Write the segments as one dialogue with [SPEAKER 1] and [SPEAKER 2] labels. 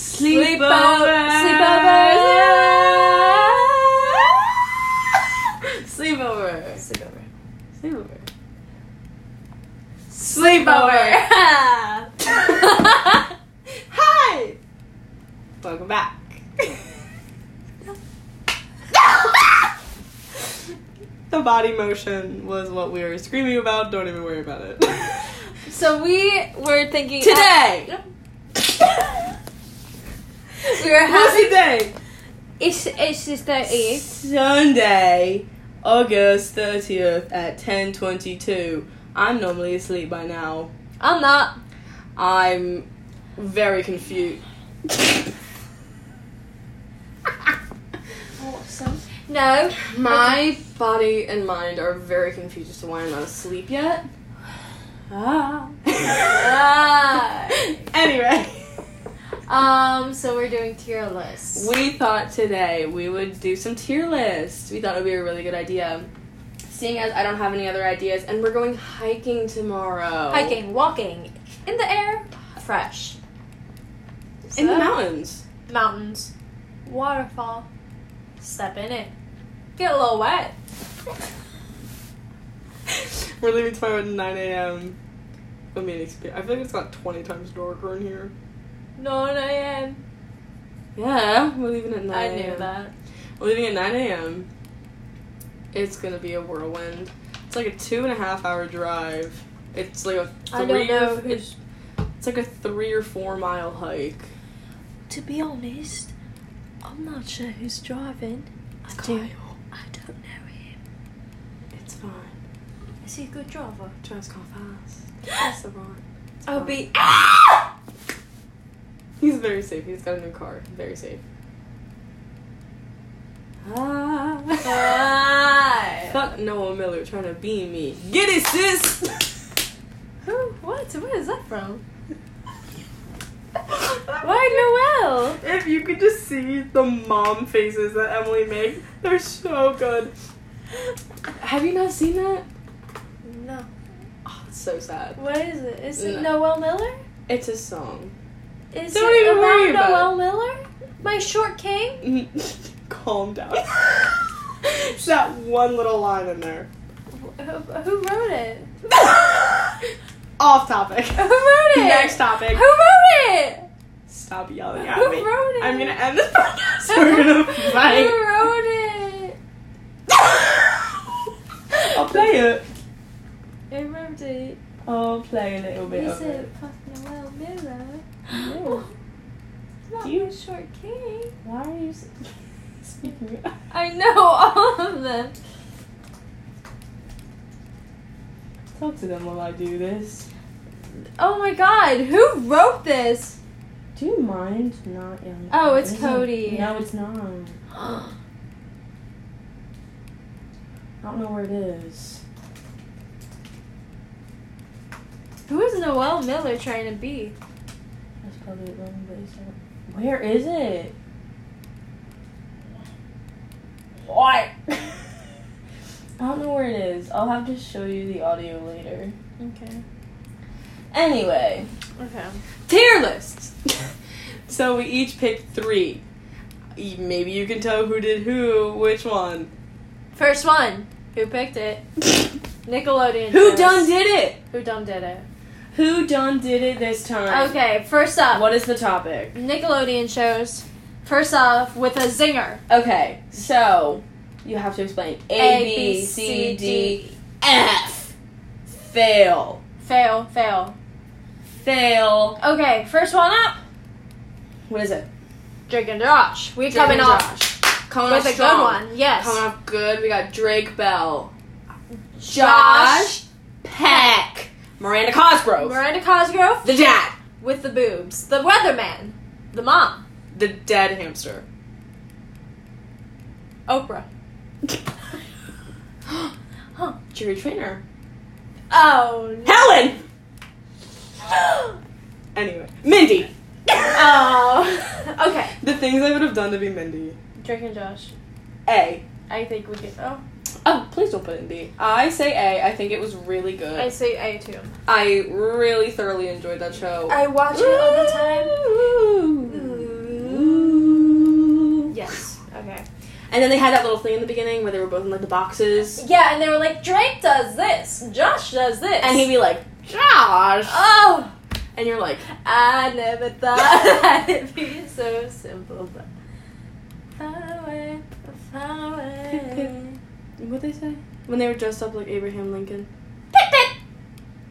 [SPEAKER 1] Sleepover.
[SPEAKER 2] Sleepover.
[SPEAKER 1] Sleepover.
[SPEAKER 2] Sleepover.
[SPEAKER 1] Sleepover.
[SPEAKER 2] Sleepover. Hi.
[SPEAKER 1] Welcome back. the body motion was what we were screaming about. Don't even worry about it.
[SPEAKER 2] so we were thinking uh,
[SPEAKER 1] Today.
[SPEAKER 2] we were
[SPEAKER 1] What's
[SPEAKER 2] having
[SPEAKER 1] the day?
[SPEAKER 2] it's it's just that eight.
[SPEAKER 1] Sunday, August 30th at 10:22. I'm normally asleep by now.
[SPEAKER 2] I'm not.
[SPEAKER 1] I'm very confused.
[SPEAKER 2] Awesome. No.
[SPEAKER 1] My body and mind are very confused as to why I'm not asleep yet. Ah.
[SPEAKER 2] Ah.
[SPEAKER 1] anyway,
[SPEAKER 2] Um, so we're doing tier lists.
[SPEAKER 1] we thought today we would do some tier lists. We thought it would be a really good idea. Seeing as I don't have any other ideas, and we're going hiking tomorrow.
[SPEAKER 2] Hiking, walking, in the air, fresh.
[SPEAKER 1] in the
[SPEAKER 2] So-
[SPEAKER 1] mountains.
[SPEAKER 2] The mountains, waterfall, step in it, get a little wet.
[SPEAKER 1] We're leaving tomorrow at 9 a.m. I mean, exper- I feel like it's got 20 times darker in here.
[SPEAKER 2] 9 a.m.
[SPEAKER 1] Yeah, we're leaving at 9
[SPEAKER 2] I knew
[SPEAKER 1] a.m..
[SPEAKER 2] that.
[SPEAKER 1] We're leaving at 9 a.m. It's gonna be a whirlwind. It's like a two and a half hour drive. It's like a three
[SPEAKER 2] I don't know
[SPEAKER 1] or,
[SPEAKER 2] who's.
[SPEAKER 1] It's like a three or four mile hike.
[SPEAKER 2] To be honest, I'm not sure who's driving. I don't. I don't know him.
[SPEAKER 1] It's fine.
[SPEAKER 2] Is he a good driver?
[SPEAKER 1] Drives car fast. That's the wrong.
[SPEAKER 2] I'll be.
[SPEAKER 1] He's very safe. He's got a new car. Very safe. Ah.
[SPEAKER 2] Hi.
[SPEAKER 1] Fuck Noah Miller trying to beam me. Get it, sis.
[SPEAKER 2] Who? What? Where is that from?
[SPEAKER 1] Why
[SPEAKER 2] Why Noel?
[SPEAKER 1] If you could just see the mom faces that Emily makes, they're so good. Have you not seen that?
[SPEAKER 2] No.
[SPEAKER 1] Oh, it's so sad.
[SPEAKER 2] What is it? Is it
[SPEAKER 1] No.
[SPEAKER 2] Noel Miller?
[SPEAKER 1] It's a song.
[SPEAKER 2] Is
[SPEAKER 1] Don't
[SPEAKER 2] it
[SPEAKER 1] even
[SPEAKER 2] around
[SPEAKER 1] worry about
[SPEAKER 2] Noel Miller? My short king?
[SPEAKER 1] Calm down. it's that one little line in there.
[SPEAKER 2] Who, who wrote it?
[SPEAKER 1] Off topic.
[SPEAKER 2] Who wrote it?
[SPEAKER 1] Next topic.
[SPEAKER 2] Who wrote it?
[SPEAKER 1] Stop yelling
[SPEAKER 2] who
[SPEAKER 1] at me.
[SPEAKER 2] wrote it?
[SPEAKER 1] I'm gonna end this podcast. We're gonna
[SPEAKER 2] Who
[SPEAKER 1] fight.
[SPEAKER 2] wrote it?
[SPEAKER 1] I'll play it.
[SPEAKER 2] Who wrote it?
[SPEAKER 1] I'll play a little bit.
[SPEAKER 2] Is
[SPEAKER 1] of
[SPEAKER 2] it
[SPEAKER 1] it.
[SPEAKER 2] fucking Noel Miller?
[SPEAKER 1] No.
[SPEAKER 2] It's not
[SPEAKER 1] You-
[SPEAKER 2] my short king.
[SPEAKER 1] Why are you s- speaking?
[SPEAKER 2] I know all of them.
[SPEAKER 1] Talk to them while I do this.
[SPEAKER 2] Oh my god, who wrote this?
[SPEAKER 1] Do you mind not yelling?
[SPEAKER 2] Oh, it's Cody.
[SPEAKER 1] No, it's not. I don't know where it is.
[SPEAKER 2] Who is Noel Miller trying to be?
[SPEAKER 1] That's probably wrong, but it's not. Where is it? What? I don't know where it is. I'll have to show you the audio later.
[SPEAKER 2] Okay.
[SPEAKER 1] Anyway,
[SPEAKER 2] Okay.
[SPEAKER 1] tier lists. so we each picked three. Y- Maybe you can tell who did who, which one.
[SPEAKER 2] First one. Who picked it? Nickelodeon.
[SPEAKER 1] who
[SPEAKER 2] shows.
[SPEAKER 1] done did it?
[SPEAKER 2] Who done did it?
[SPEAKER 1] Who done did it this time?
[SPEAKER 2] Okay, first up,
[SPEAKER 1] What is the topic?
[SPEAKER 2] Nickelodeon shows. First off, with a zinger.
[SPEAKER 1] Okay, so you have to explain A B C D F. Fail.
[SPEAKER 2] Fail, fail.
[SPEAKER 1] Fail.
[SPEAKER 2] Okay, first one up,
[SPEAKER 1] What is it?
[SPEAKER 2] Drake and Josh. We
[SPEAKER 1] Drake
[SPEAKER 2] coming
[SPEAKER 1] and
[SPEAKER 2] off
[SPEAKER 1] Josh. Coming
[SPEAKER 2] with
[SPEAKER 1] off
[SPEAKER 2] a
[SPEAKER 1] strong.
[SPEAKER 2] good one. Yes.
[SPEAKER 1] Coming off good. We got Drake Bell,
[SPEAKER 2] Josh.
[SPEAKER 1] Peck, Miranda Cosgrove,
[SPEAKER 2] Miranda Cosgrove
[SPEAKER 1] the dad,
[SPEAKER 2] with the boobs. The weatherman. The mom.
[SPEAKER 1] the dead hamster.
[SPEAKER 2] Oprah.
[SPEAKER 1] Jerry Trainer.
[SPEAKER 2] Oh.
[SPEAKER 1] Helen.
[SPEAKER 2] No.
[SPEAKER 1] Anyway, Mindy.
[SPEAKER 2] oh. okay.
[SPEAKER 1] The things I would have done to be Mindy.
[SPEAKER 2] Drake and Josh.
[SPEAKER 1] A.
[SPEAKER 2] I think we could. Oh,
[SPEAKER 1] Oh, please don't put in B. I say A. I think it was really good.
[SPEAKER 2] I say A too.
[SPEAKER 1] I really thoroughly enjoyed that show.
[SPEAKER 2] I watch
[SPEAKER 1] Ooh. And then they had that little thing in the beginning where they were both in like the boxes,
[SPEAKER 2] Yeah, and they were like, Drake does this, Josh does this.
[SPEAKER 1] and he'd be like, "Josh,"
[SPEAKER 2] Oh,
[SPEAKER 1] and you're like,
[SPEAKER 2] I never thought it'd be so simple, but far away, far away.
[SPEAKER 1] "What they say?" When they were dressed up like Abraham Lincoln,
[SPEAKER 2] Pip pip!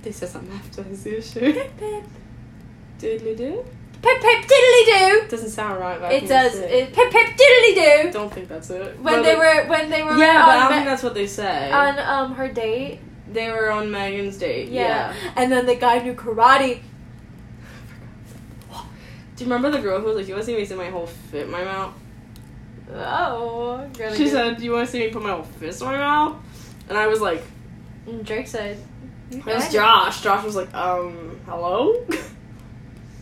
[SPEAKER 1] they said something after his issue.
[SPEAKER 2] Pip pip!
[SPEAKER 1] Diddly do.
[SPEAKER 2] Pip pip diddly do!
[SPEAKER 1] Doesn't sound right, but I
[SPEAKER 2] It
[SPEAKER 1] think
[SPEAKER 2] does.
[SPEAKER 1] that's
[SPEAKER 2] It, pip pip diddly do!
[SPEAKER 1] Don't think that's it.
[SPEAKER 2] When
[SPEAKER 1] But,
[SPEAKER 2] they
[SPEAKER 1] like,
[SPEAKER 2] were when they were
[SPEAKER 1] Yeah, but I
[SPEAKER 2] on,
[SPEAKER 1] don't think
[SPEAKER 2] Ma-
[SPEAKER 1] that's what they say.
[SPEAKER 2] on um her date.
[SPEAKER 1] they were on Megan's date.
[SPEAKER 2] Yeah. And then the guy knew karate.
[SPEAKER 1] Do you remember the girl who was like, "You want to see me see my whole fit in my mouth?"
[SPEAKER 2] Oh, really
[SPEAKER 1] She
[SPEAKER 2] good.
[SPEAKER 1] said, "Do you want to see me put my whole fist in my mouth?" And I was like,
[SPEAKER 2] And Mm, Drake said, "You
[SPEAKER 1] "It was
[SPEAKER 2] know."
[SPEAKER 1] Josh." Josh was like, "Um, hello?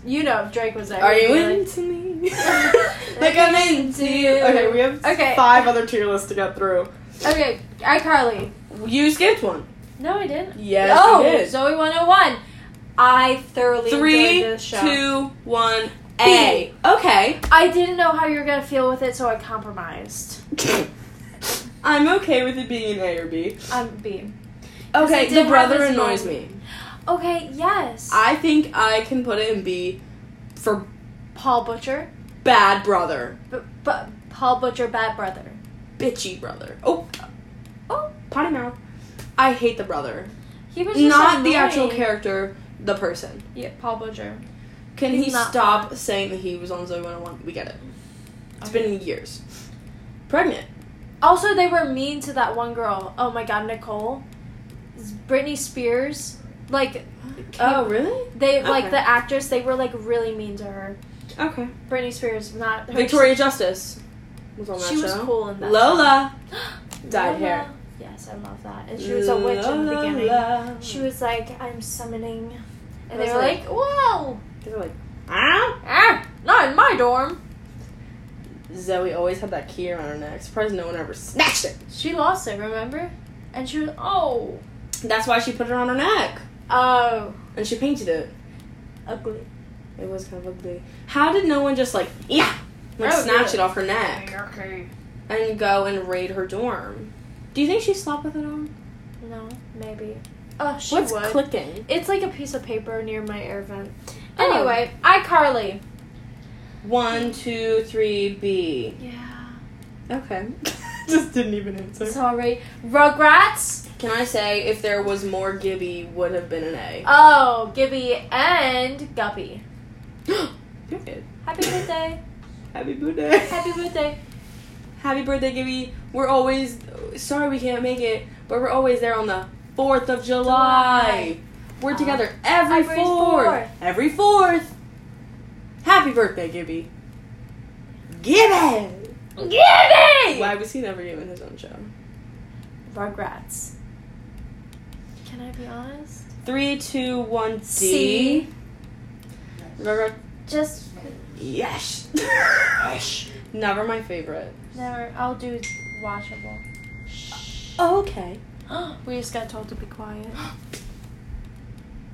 [SPEAKER 2] You know, if Drake was there.
[SPEAKER 1] Are
[SPEAKER 2] he'd
[SPEAKER 1] you
[SPEAKER 2] be
[SPEAKER 1] into me?
[SPEAKER 2] Like,
[SPEAKER 1] like I'm into you." Okay, we have
[SPEAKER 2] Okay.
[SPEAKER 1] five other tier lists to get through.
[SPEAKER 2] like, okay, iCarly.
[SPEAKER 1] You skipped one.
[SPEAKER 2] No, I didn't.
[SPEAKER 1] Yes,
[SPEAKER 2] oh,
[SPEAKER 1] you did.
[SPEAKER 2] Zoe 101. I thoroughly
[SPEAKER 1] Three,
[SPEAKER 2] enjoyed this show.
[SPEAKER 1] two, one. A. Okay.
[SPEAKER 2] I didn't know how you were gonna feel with it, so I compromised.
[SPEAKER 1] I'm okay with it being an A or B.
[SPEAKER 2] I'm B.
[SPEAKER 1] Okay,
[SPEAKER 2] it
[SPEAKER 1] the
[SPEAKER 2] did have
[SPEAKER 1] brother
[SPEAKER 2] its
[SPEAKER 1] annoys me.
[SPEAKER 2] moment. Okay, yes.
[SPEAKER 1] I think I can put it in B for
[SPEAKER 2] Paul Butcher,
[SPEAKER 1] bad brother,
[SPEAKER 2] but, but Paul Butcher, bad brother.
[SPEAKER 1] bitchy brother. Oh,
[SPEAKER 2] Oh,
[SPEAKER 1] potty mouth. I hate the brother,
[SPEAKER 2] he was just
[SPEAKER 1] not the actual
[SPEAKER 2] annoying.
[SPEAKER 1] character, the person.
[SPEAKER 2] Yeah, Paul Butcher.
[SPEAKER 1] Can
[SPEAKER 2] He's
[SPEAKER 1] he
[SPEAKER 2] not
[SPEAKER 1] stop saying that he was on Zoe 101? We get it. It's been years. Pregnant.
[SPEAKER 2] Also, they were mean to that one girl. Oh my God, Nicole, Britney Spears. Like,
[SPEAKER 1] Oh, really?
[SPEAKER 2] they like
[SPEAKER 1] Okay.
[SPEAKER 2] the actress. They were like really mean to her.
[SPEAKER 1] Okay.
[SPEAKER 2] Britney Spears, not her
[SPEAKER 1] Victoria Justice was on that
[SPEAKER 2] She was
[SPEAKER 1] show.
[SPEAKER 2] cool in that.
[SPEAKER 1] Lola dyed
[SPEAKER 2] Lola.
[SPEAKER 1] hair.
[SPEAKER 2] Yes, I love that. And she was a witch in the beginning.
[SPEAKER 1] Lola.
[SPEAKER 2] She was like, I'm summoning. And
[SPEAKER 1] I
[SPEAKER 2] they
[SPEAKER 1] was
[SPEAKER 2] were
[SPEAKER 1] like-
[SPEAKER 2] like, whoa!
[SPEAKER 1] They were like, ah.
[SPEAKER 2] Ah, not in my dorm.
[SPEAKER 1] Zoe always had that key around her neck. Surprised no one ever snatched it.
[SPEAKER 2] She lost it, remember? And she was, oh.
[SPEAKER 1] That's why she put it on her neck.
[SPEAKER 2] Oh.
[SPEAKER 1] And she painted it.
[SPEAKER 2] Ugly.
[SPEAKER 1] It was kind of ugly. How did no one just like yeah, like
[SPEAKER 2] Oh,
[SPEAKER 1] snatch
[SPEAKER 2] yeah.
[SPEAKER 1] it off her neck and go and raid her dorm? Do you think she slept with it on?
[SPEAKER 2] No, maybe. Oh, she
[SPEAKER 1] What's
[SPEAKER 2] would.
[SPEAKER 1] clicking?
[SPEAKER 2] it's like a piece of paper near my air vent.
[SPEAKER 1] Oh.
[SPEAKER 2] Anyway, iCarly. Mm.
[SPEAKER 1] One, two, three, B.
[SPEAKER 2] Yeah.
[SPEAKER 1] Okay. just didn't even answer.
[SPEAKER 2] Sorry. Rugrats.
[SPEAKER 1] Can I say if there was more Gibby would have been an A?
[SPEAKER 2] Oh, Gibby and Guppy.
[SPEAKER 1] Period.
[SPEAKER 2] Happy birthday.
[SPEAKER 1] Happy birthday.
[SPEAKER 2] Happy birthday.
[SPEAKER 1] Happy birthday, Gibby. We're always sorry we can't make it, but we're always there on the 4th of July.
[SPEAKER 2] July.
[SPEAKER 1] We're
[SPEAKER 2] Uh,
[SPEAKER 1] together every
[SPEAKER 2] every
[SPEAKER 1] fourth.
[SPEAKER 2] fourth.
[SPEAKER 1] Every fourth. Happy birthday, Gibby. Gibby!
[SPEAKER 2] Gibby!
[SPEAKER 1] Why was he never given his own show?
[SPEAKER 2] Rugrats. Can I be honest?
[SPEAKER 1] Three, two, one,
[SPEAKER 2] C.
[SPEAKER 1] C. Remember?
[SPEAKER 2] Just
[SPEAKER 1] Yes. never my favorite.
[SPEAKER 2] never. I'll do watchable.
[SPEAKER 1] Oh, okay.
[SPEAKER 2] we just got told to be quiet.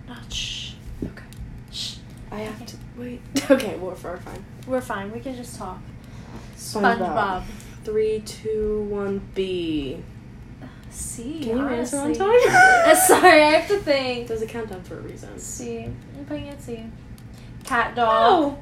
[SPEAKER 2] Not shh.
[SPEAKER 1] Okay.
[SPEAKER 2] Shh.
[SPEAKER 1] I have
[SPEAKER 2] Okay.
[SPEAKER 1] to wait. Okay, well, we're fine.
[SPEAKER 2] We're fine. We can just talk.
[SPEAKER 1] SpongeBob. Three, two, one, B.
[SPEAKER 2] See.
[SPEAKER 1] Can you answer on
[SPEAKER 2] honestly.
[SPEAKER 1] time?
[SPEAKER 2] Uh, Sorry, I have to think.
[SPEAKER 1] There's a countdown for a reason.
[SPEAKER 2] See. I'm putting it C. Cat dog.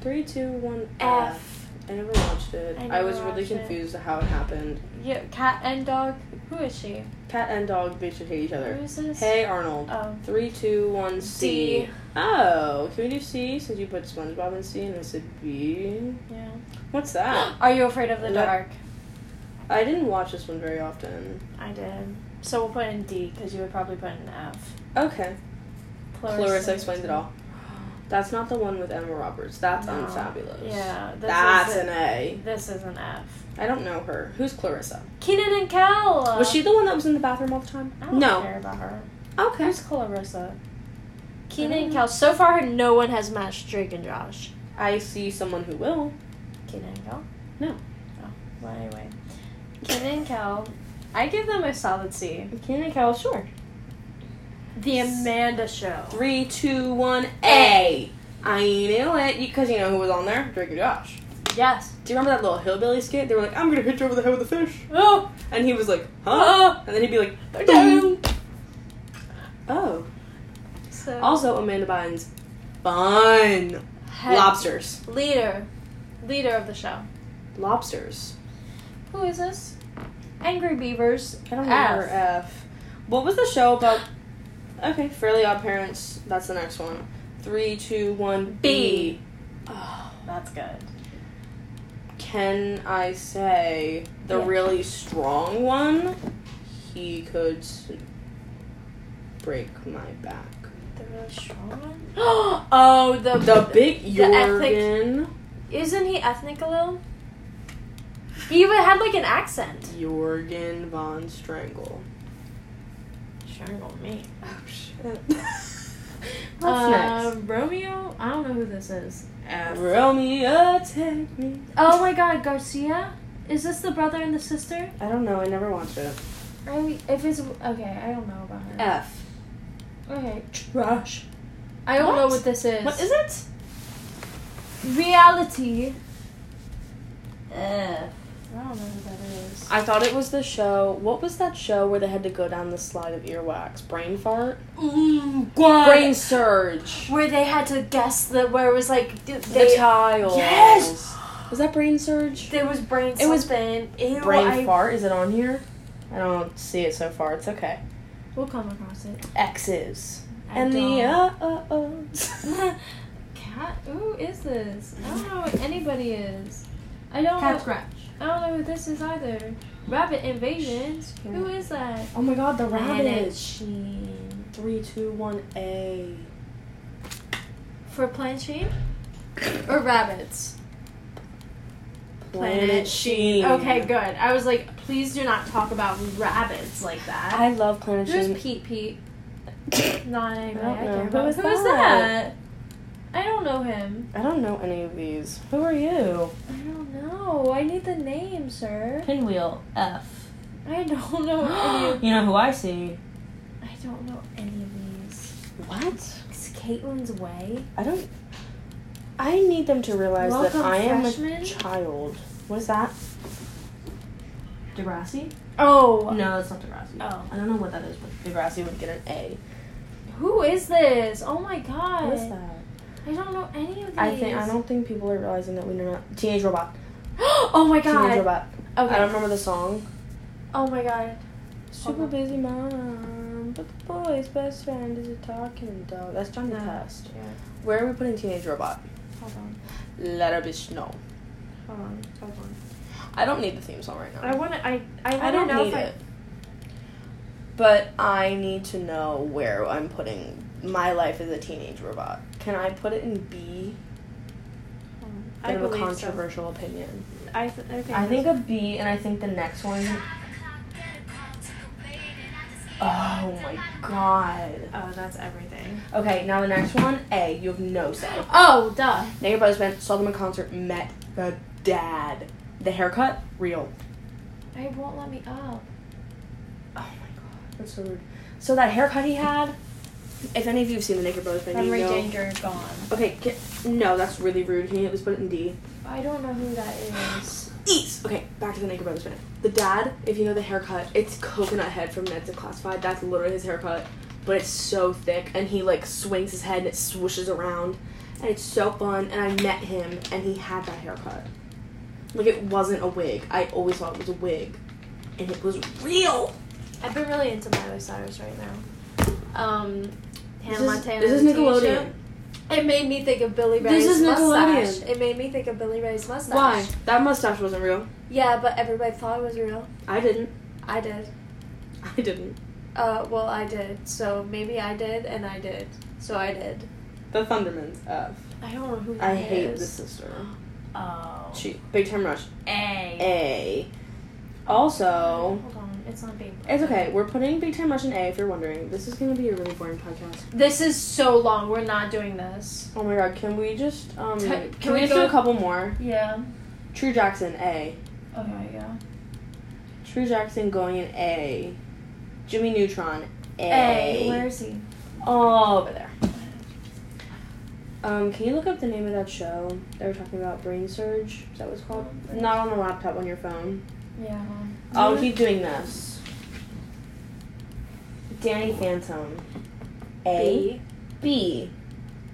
[SPEAKER 1] Three, two, one, F.
[SPEAKER 2] F.
[SPEAKER 1] I never watched it.
[SPEAKER 2] I
[SPEAKER 1] I,
[SPEAKER 2] never
[SPEAKER 1] was really
[SPEAKER 2] watched it.
[SPEAKER 1] confused at how it happened.
[SPEAKER 2] Yeah, cat and dog. Who is she?
[SPEAKER 1] Cat and dog, they should hate each
[SPEAKER 2] Who
[SPEAKER 1] other.
[SPEAKER 2] is this?
[SPEAKER 1] Hey, Arnold.
[SPEAKER 2] Oh.
[SPEAKER 1] Three, two, one, C.
[SPEAKER 2] D.
[SPEAKER 1] Oh, can we do C since you put SpongeBob in C and I said B?
[SPEAKER 2] Yeah.
[SPEAKER 1] What's that?
[SPEAKER 2] Are you afraid of the
[SPEAKER 1] Let-
[SPEAKER 2] dark?
[SPEAKER 1] I didn't watch this one very often.
[SPEAKER 2] I did. So we'll put in D because you would probably put in F.
[SPEAKER 1] Okay. Clarissa explains it all. That's not the one with Emma Roberts. That's
[SPEAKER 2] No.
[SPEAKER 1] unfabulous.
[SPEAKER 2] Yeah, this
[SPEAKER 1] That's
[SPEAKER 2] is
[SPEAKER 1] an A.
[SPEAKER 2] This is an F.
[SPEAKER 1] I don't know her. Who's Clarissa?
[SPEAKER 2] Keenan and Kel.
[SPEAKER 1] Was she the one that was in the bathroom all the time?
[SPEAKER 2] Uh, I don't
[SPEAKER 1] no.
[SPEAKER 2] care about her.
[SPEAKER 1] Okay.
[SPEAKER 2] Who's Clarissa?
[SPEAKER 1] I
[SPEAKER 2] Keenan
[SPEAKER 1] don't
[SPEAKER 2] and
[SPEAKER 1] know.
[SPEAKER 2] Kel. So far, no one has matched Drake and Josh.
[SPEAKER 1] I see someone who will.
[SPEAKER 2] Keenan and Kel.
[SPEAKER 1] No.
[SPEAKER 2] Oh, well, anyway, Keenan and Kel. I give them a solid C.
[SPEAKER 1] Can I call? Sure.
[SPEAKER 2] The Amanda Show.
[SPEAKER 1] Three, two, one, A. I knew it because you know who was on there? Drake and Josh.
[SPEAKER 2] Yes.
[SPEAKER 1] Do you remember that little hillbilly skit? They were like, I'm gonna hit you over the head with a fish.
[SPEAKER 2] Oh.
[SPEAKER 1] And he was like, huh?
[SPEAKER 2] Oh.
[SPEAKER 1] And then he'd be like,
[SPEAKER 2] Boom.
[SPEAKER 1] oh.
[SPEAKER 2] So.
[SPEAKER 1] Also, Amanda Bynes, fun.
[SPEAKER 2] head
[SPEAKER 1] Lobsters.
[SPEAKER 2] Leader. Leader of the show.
[SPEAKER 1] Lobsters.
[SPEAKER 2] Who is this? Angry Beavers.
[SPEAKER 1] I don't
[SPEAKER 2] F.
[SPEAKER 1] remember F. What was the show about? Okay, Fairly Odd Parents. That's the next one. Three, two, one.
[SPEAKER 2] B.
[SPEAKER 1] Oh.
[SPEAKER 2] That's good.
[SPEAKER 1] Can I say the
[SPEAKER 2] Yeah.
[SPEAKER 1] really strong one? He could s- break my back.
[SPEAKER 2] The really strong one. oh, the
[SPEAKER 1] The big
[SPEAKER 2] the ethnic-
[SPEAKER 1] Jorgen.
[SPEAKER 2] Isn't he ethnic a little? He even had like an accent.
[SPEAKER 1] Jorgen von Strangle.
[SPEAKER 2] Strangle me.
[SPEAKER 1] Oh shit. What's next?
[SPEAKER 2] Uh, Romeo? I don't know who this is.
[SPEAKER 1] Romeo, take me.
[SPEAKER 2] Oh my god, Garcia? Is this the brother and the sister?
[SPEAKER 1] I don't know. I never watched it.
[SPEAKER 2] I if it's okay, I don't know about her.
[SPEAKER 1] F.
[SPEAKER 2] Okay.
[SPEAKER 1] Trash.
[SPEAKER 2] I don't know
[SPEAKER 1] What?
[SPEAKER 2] what this is.
[SPEAKER 1] What is it?
[SPEAKER 2] Reality. Ugh. I don't know who that is.
[SPEAKER 1] I thought it was the show. What was that show where they had to go down the slide of earwax? Brain fart.
[SPEAKER 2] Ooh,
[SPEAKER 1] Brain surge.
[SPEAKER 2] Mm, Where they had to guess the where it was like they,
[SPEAKER 1] the child.
[SPEAKER 2] Yes!
[SPEAKER 1] Was that brain surge?
[SPEAKER 2] there was brain.
[SPEAKER 1] It was
[SPEAKER 2] something. Ew,
[SPEAKER 1] brain
[SPEAKER 2] I-
[SPEAKER 1] fart. Is it on here? I don't see it so far. It's okay.
[SPEAKER 2] We'll come across it.
[SPEAKER 1] X's
[SPEAKER 2] I
[SPEAKER 1] and the
[SPEAKER 2] don't-
[SPEAKER 1] uh uh uh.
[SPEAKER 2] Cat? Who is this? I don't know what anybody is. I don't know.
[SPEAKER 1] scratch.
[SPEAKER 2] I don't know who this is either. Rabbit invasions. Who is that?
[SPEAKER 1] Oh my god, the rabbit.
[SPEAKER 2] Sheen.
[SPEAKER 1] Three, two, one, A.
[SPEAKER 2] For Planet Sheen or rabbits?
[SPEAKER 1] Planet Sheen.
[SPEAKER 2] Okay, good. I was like, please do not talk about rabbits like that.
[SPEAKER 1] I love Planet
[SPEAKER 2] There's
[SPEAKER 1] Sheen.
[SPEAKER 2] Pete Pete.
[SPEAKER 1] I
[SPEAKER 2] Not anybody.
[SPEAKER 1] I
[SPEAKER 2] I,
[SPEAKER 1] don't know.
[SPEAKER 2] care
[SPEAKER 1] Who
[SPEAKER 2] about.
[SPEAKER 1] is
[SPEAKER 2] Who is
[SPEAKER 1] that?
[SPEAKER 2] that? I don't know him.
[SPEAKER 1] don't know any of these. Who are you?
[SPEAKER 2] I don't know. I need the name, sir.
[SPEAKER 1] Pinwheel F.
[SPEAKER 2] I don't know any of.
[SPEAKER 1] know who I see?
[SPEAKER 2] I don't know any of these.
[SPEAKER 1] What?
[SPEAKER 2] Is Caitlin's way?
[SPEAKER 1] I don't. I need them to realize
[SPEAKER 2] Welcome,
[SPEAKER 1] that I am a
[SPEAKER 2] freshman.
[SPEAKER 1] child. What is that? Degrassi?
[SPEAKER 2] Oh.
[SPEAKER 1] No, it's not Degrassi.
[SPEAKER 2] Oh.
[SPEAKER 1] I don't know what that is, but Degrassi would get an A.
[SPEAKER 2] Who is this? Oh my god.
[SPEAKER 1] What is that?
[SPEAKER 2] I don't know any of these.
[SPEAKER 1] I think I don't think people are realizing that we know not Teenage Robot.
[SPEAKER 2] oh my
[SPEAKER 1] Teenage
[SPEAKER 2] god.
[SPEAKER 1] Robot.
[SPEAKER 2] Okay.
[SPEAKER 1] I don't remember the song.
[SPEAKER 2] Oh my god.
[SPEAKER 1] Super
[SPEAKER 2] on.
[SPEAKER 1] busy mom, but the boy's best friend is a talking dog. That's Johnny
[SPEAKER 2] No.
[SPEAKER 1] Test.
[SPEAKER 2] Yeah.
[SPEAKER 1] Where are we putting Teenage Robot?
[SPEAKER 2] Hold on.
[SPEAKER 1] Let her bitch know.
[SPEAKER 2] Hold on. Hold on.
[SPEAKER 1] I don't need the theme song right now.
[SPEAKER 2] I want to. I. I,
[SPEAKER 1] I
[SPEAKER 2] wanna
[SPEAKER 1] don't
[SPEAKER 2] know
[SPEAKER 1] need
[SPEAKER 2] if I,
[SPEAKER 1] it. But I need to know where I'm putting my life as a teenage robot. Can I put it in B?
[SPEAKER 2] Hold on.
[SPEAKER 1] I
[SPEAKER 2] I
[SPEAKER 1] have a
[SPEAKER 2] believe
[SPEAKER 1] controversial opinion.
[SPEAKER 2] So. I, th- okay,
[SPEAKER 1] I think a B, and I think the next one. Oh my god.
[SPEAKER 2] Oh, that's everything.
[SPEAKER 1] Okay, now the next one, A. You have no say.
[SPEAKER 2] Oh, duh.
[SPEAKER 1] Naked Brothers Band saw them in concert. Met the dad. The haircut, real.
[SPEAKER 2] It won't let me up.
[SPEAKER 1] Oh my god, that's so rude. So that haircut he had. If any of you have seen the Naked Brothers Band,
[SPEAKER 2] Memory
[SPEAKER 1] you know.
[SPEAKER 2] danger gone.
[SPEAKER 1] Okay, get, no, that's really rude. Can you at least put it in D?
[SPEAKER 2] I don't know who that is.
[SPEAKER 1] Eats. Okay, back to the Naked Brothers Band. The dad, if you know the haircut, it's coconut head from Ned's Classified. That's literally his haircut, but it's so thick, and he like swings his head and it swooshes around, and it's so fun. And I met him, and he had that haircut. Like it wasn't a wig. I always thought it was a wig, and it was real.
[SPEAKER 2] I've been really into Miley Cyrus right now. Um, Hannah
[SPEAKER 1] this is,
[SPEAKER 2] Montana.
[SPEAKER 1] this is
[SPEAKER 2] the TV show.
[SPEAKER 1] Nickelodeon.
[SPEAKER 2] It made me think of Billy
[SPEAKER 1] This
[SPEAKER 2] Ray's
[SPEAKER 1] is
[SPEAKER 2] mustache.
[SPEAKER 1] Nickelodeon.
[SPEAKER 2] It made me think of Billy Ray's mustache.
[SPEAKER 1] Why? That mustache wasn't real.
[SPEAKER 2] Yeah, but everybody thought it was real.
[SPEAKER 1] I didn't.
[SPEAKER 2] I did.
[SPEAKER 1] I didn't.
[SPEAKER 2] Uh, well, I did. So maybe I did, and I did. So I did.
[SPEAKER 1] The Thundermans. uh, F.
[SPEAKER 2] I don't know who that
[SPEAKER 1] I
[SPEAKER 2] is.
[SPEAKER 1] hate the sister.
[SPEAKER 2] Oh.
[SPEAKER 1] She Big Time Rush.
[SPEAKER 2] A.
[SPEAKER 1] A. Also,
[SPEAKER 2] Hold on, it's not being. played.
[SPEAKER 1] it's okay. We're putting Big Time Rush in A. If you're wondering, this is gonna be a really boring podcast.
[SPEAKER 2] This is so long. We're not doing this.
[SPEAKER 1] Oh my god, can we just um?
[SPEAKER 2] T-
[SPEAKER 1] can,
[SPEAKER 2] can
[SPEAKER 1] we
[SPEAKER 2] we
[SPEAKER 1] just
[SPEAKER 2] go-
[SPEAKER 1] do a couple more?
[SPEAKER 2] Yeah.
[SPEAKER 1] True Jackson A.
[SPEAKER 2] Okay. Yeah.
[SPEAKER 1] True Jackson going in A. Jimmy Neutron A.
[SPEAKER 2] A. Where is he?
[SPEAKER 1] All over there.
[SPEAKER 3] Um, can you look up the name of that show they were talking about? Brain Surge? Is that what it's called?
[SPEAKER 2] Brain
[SPEAKER 3] Not on the laptop, on your phone.
[SPEAKER 2] Yeah.
[SPEAKER 1] Oh,
[SPEAKER 3] I'll keep doing this. Danny Phantom. A.
[SPEAKER 2] B.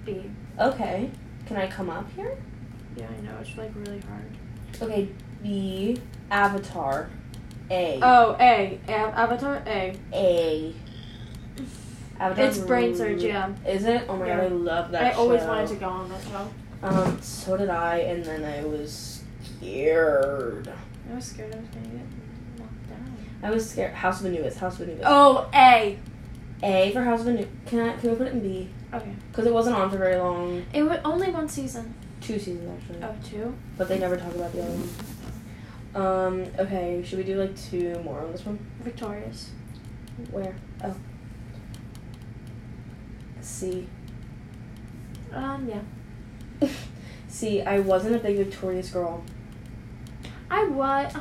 [SPEAKER 3] B.
[SPEAKER 2] B.
[SPEAKER 3] Okay. Can I come up here?
[SPEAKER 2] Yeah, I know. It's like really hard.
[SPEAKER 3] Okay. B. Avatar. A.
[SPEAKER 2] Oh, A. A- Avatar A.
[SPEAKER 3] A. Avatar.
[SPEAKER 2] It's Brain Surge, yeah.
[SPEAKER 3] Is it? Oh my god, I love that
[SPEAKER 2] I
[SPEAKER 3] show.
[SPEAKER 2] always wanted to go on that show.
[SPEAKER 3] Um, so did I, and then I was scared.
[SPEAKER 2] I was scared I was gonna get knocked down.
[SPEAKER 3] I was scared. House of Anubis. House of Anubis.
[SPEAKER 2] Oh, A.
[SPEAKER 3] A for House of Anubis. Can I? Can we put it in B?
[SPEAKER 2] Okay.
[SPEAKER 3] Because it wasn't on for very long.
[SPEAKER 2] It was only one season.
[SPEAKER 3] Two seasons actually.
[SPEAKER 2] Oh, two.
[SPEAKER 3] But they never talk about the other one. Um. Okay. Should we do like two more on this one?
[SPEAKER 2] Victorious.
[SPEAKER 3] Where? Oh. C.
[SPEAKER 2] Um, yeah.
[SPEAKER 3] See, I wasn't a big Victorious girl.
[SPEAKER 2] I was.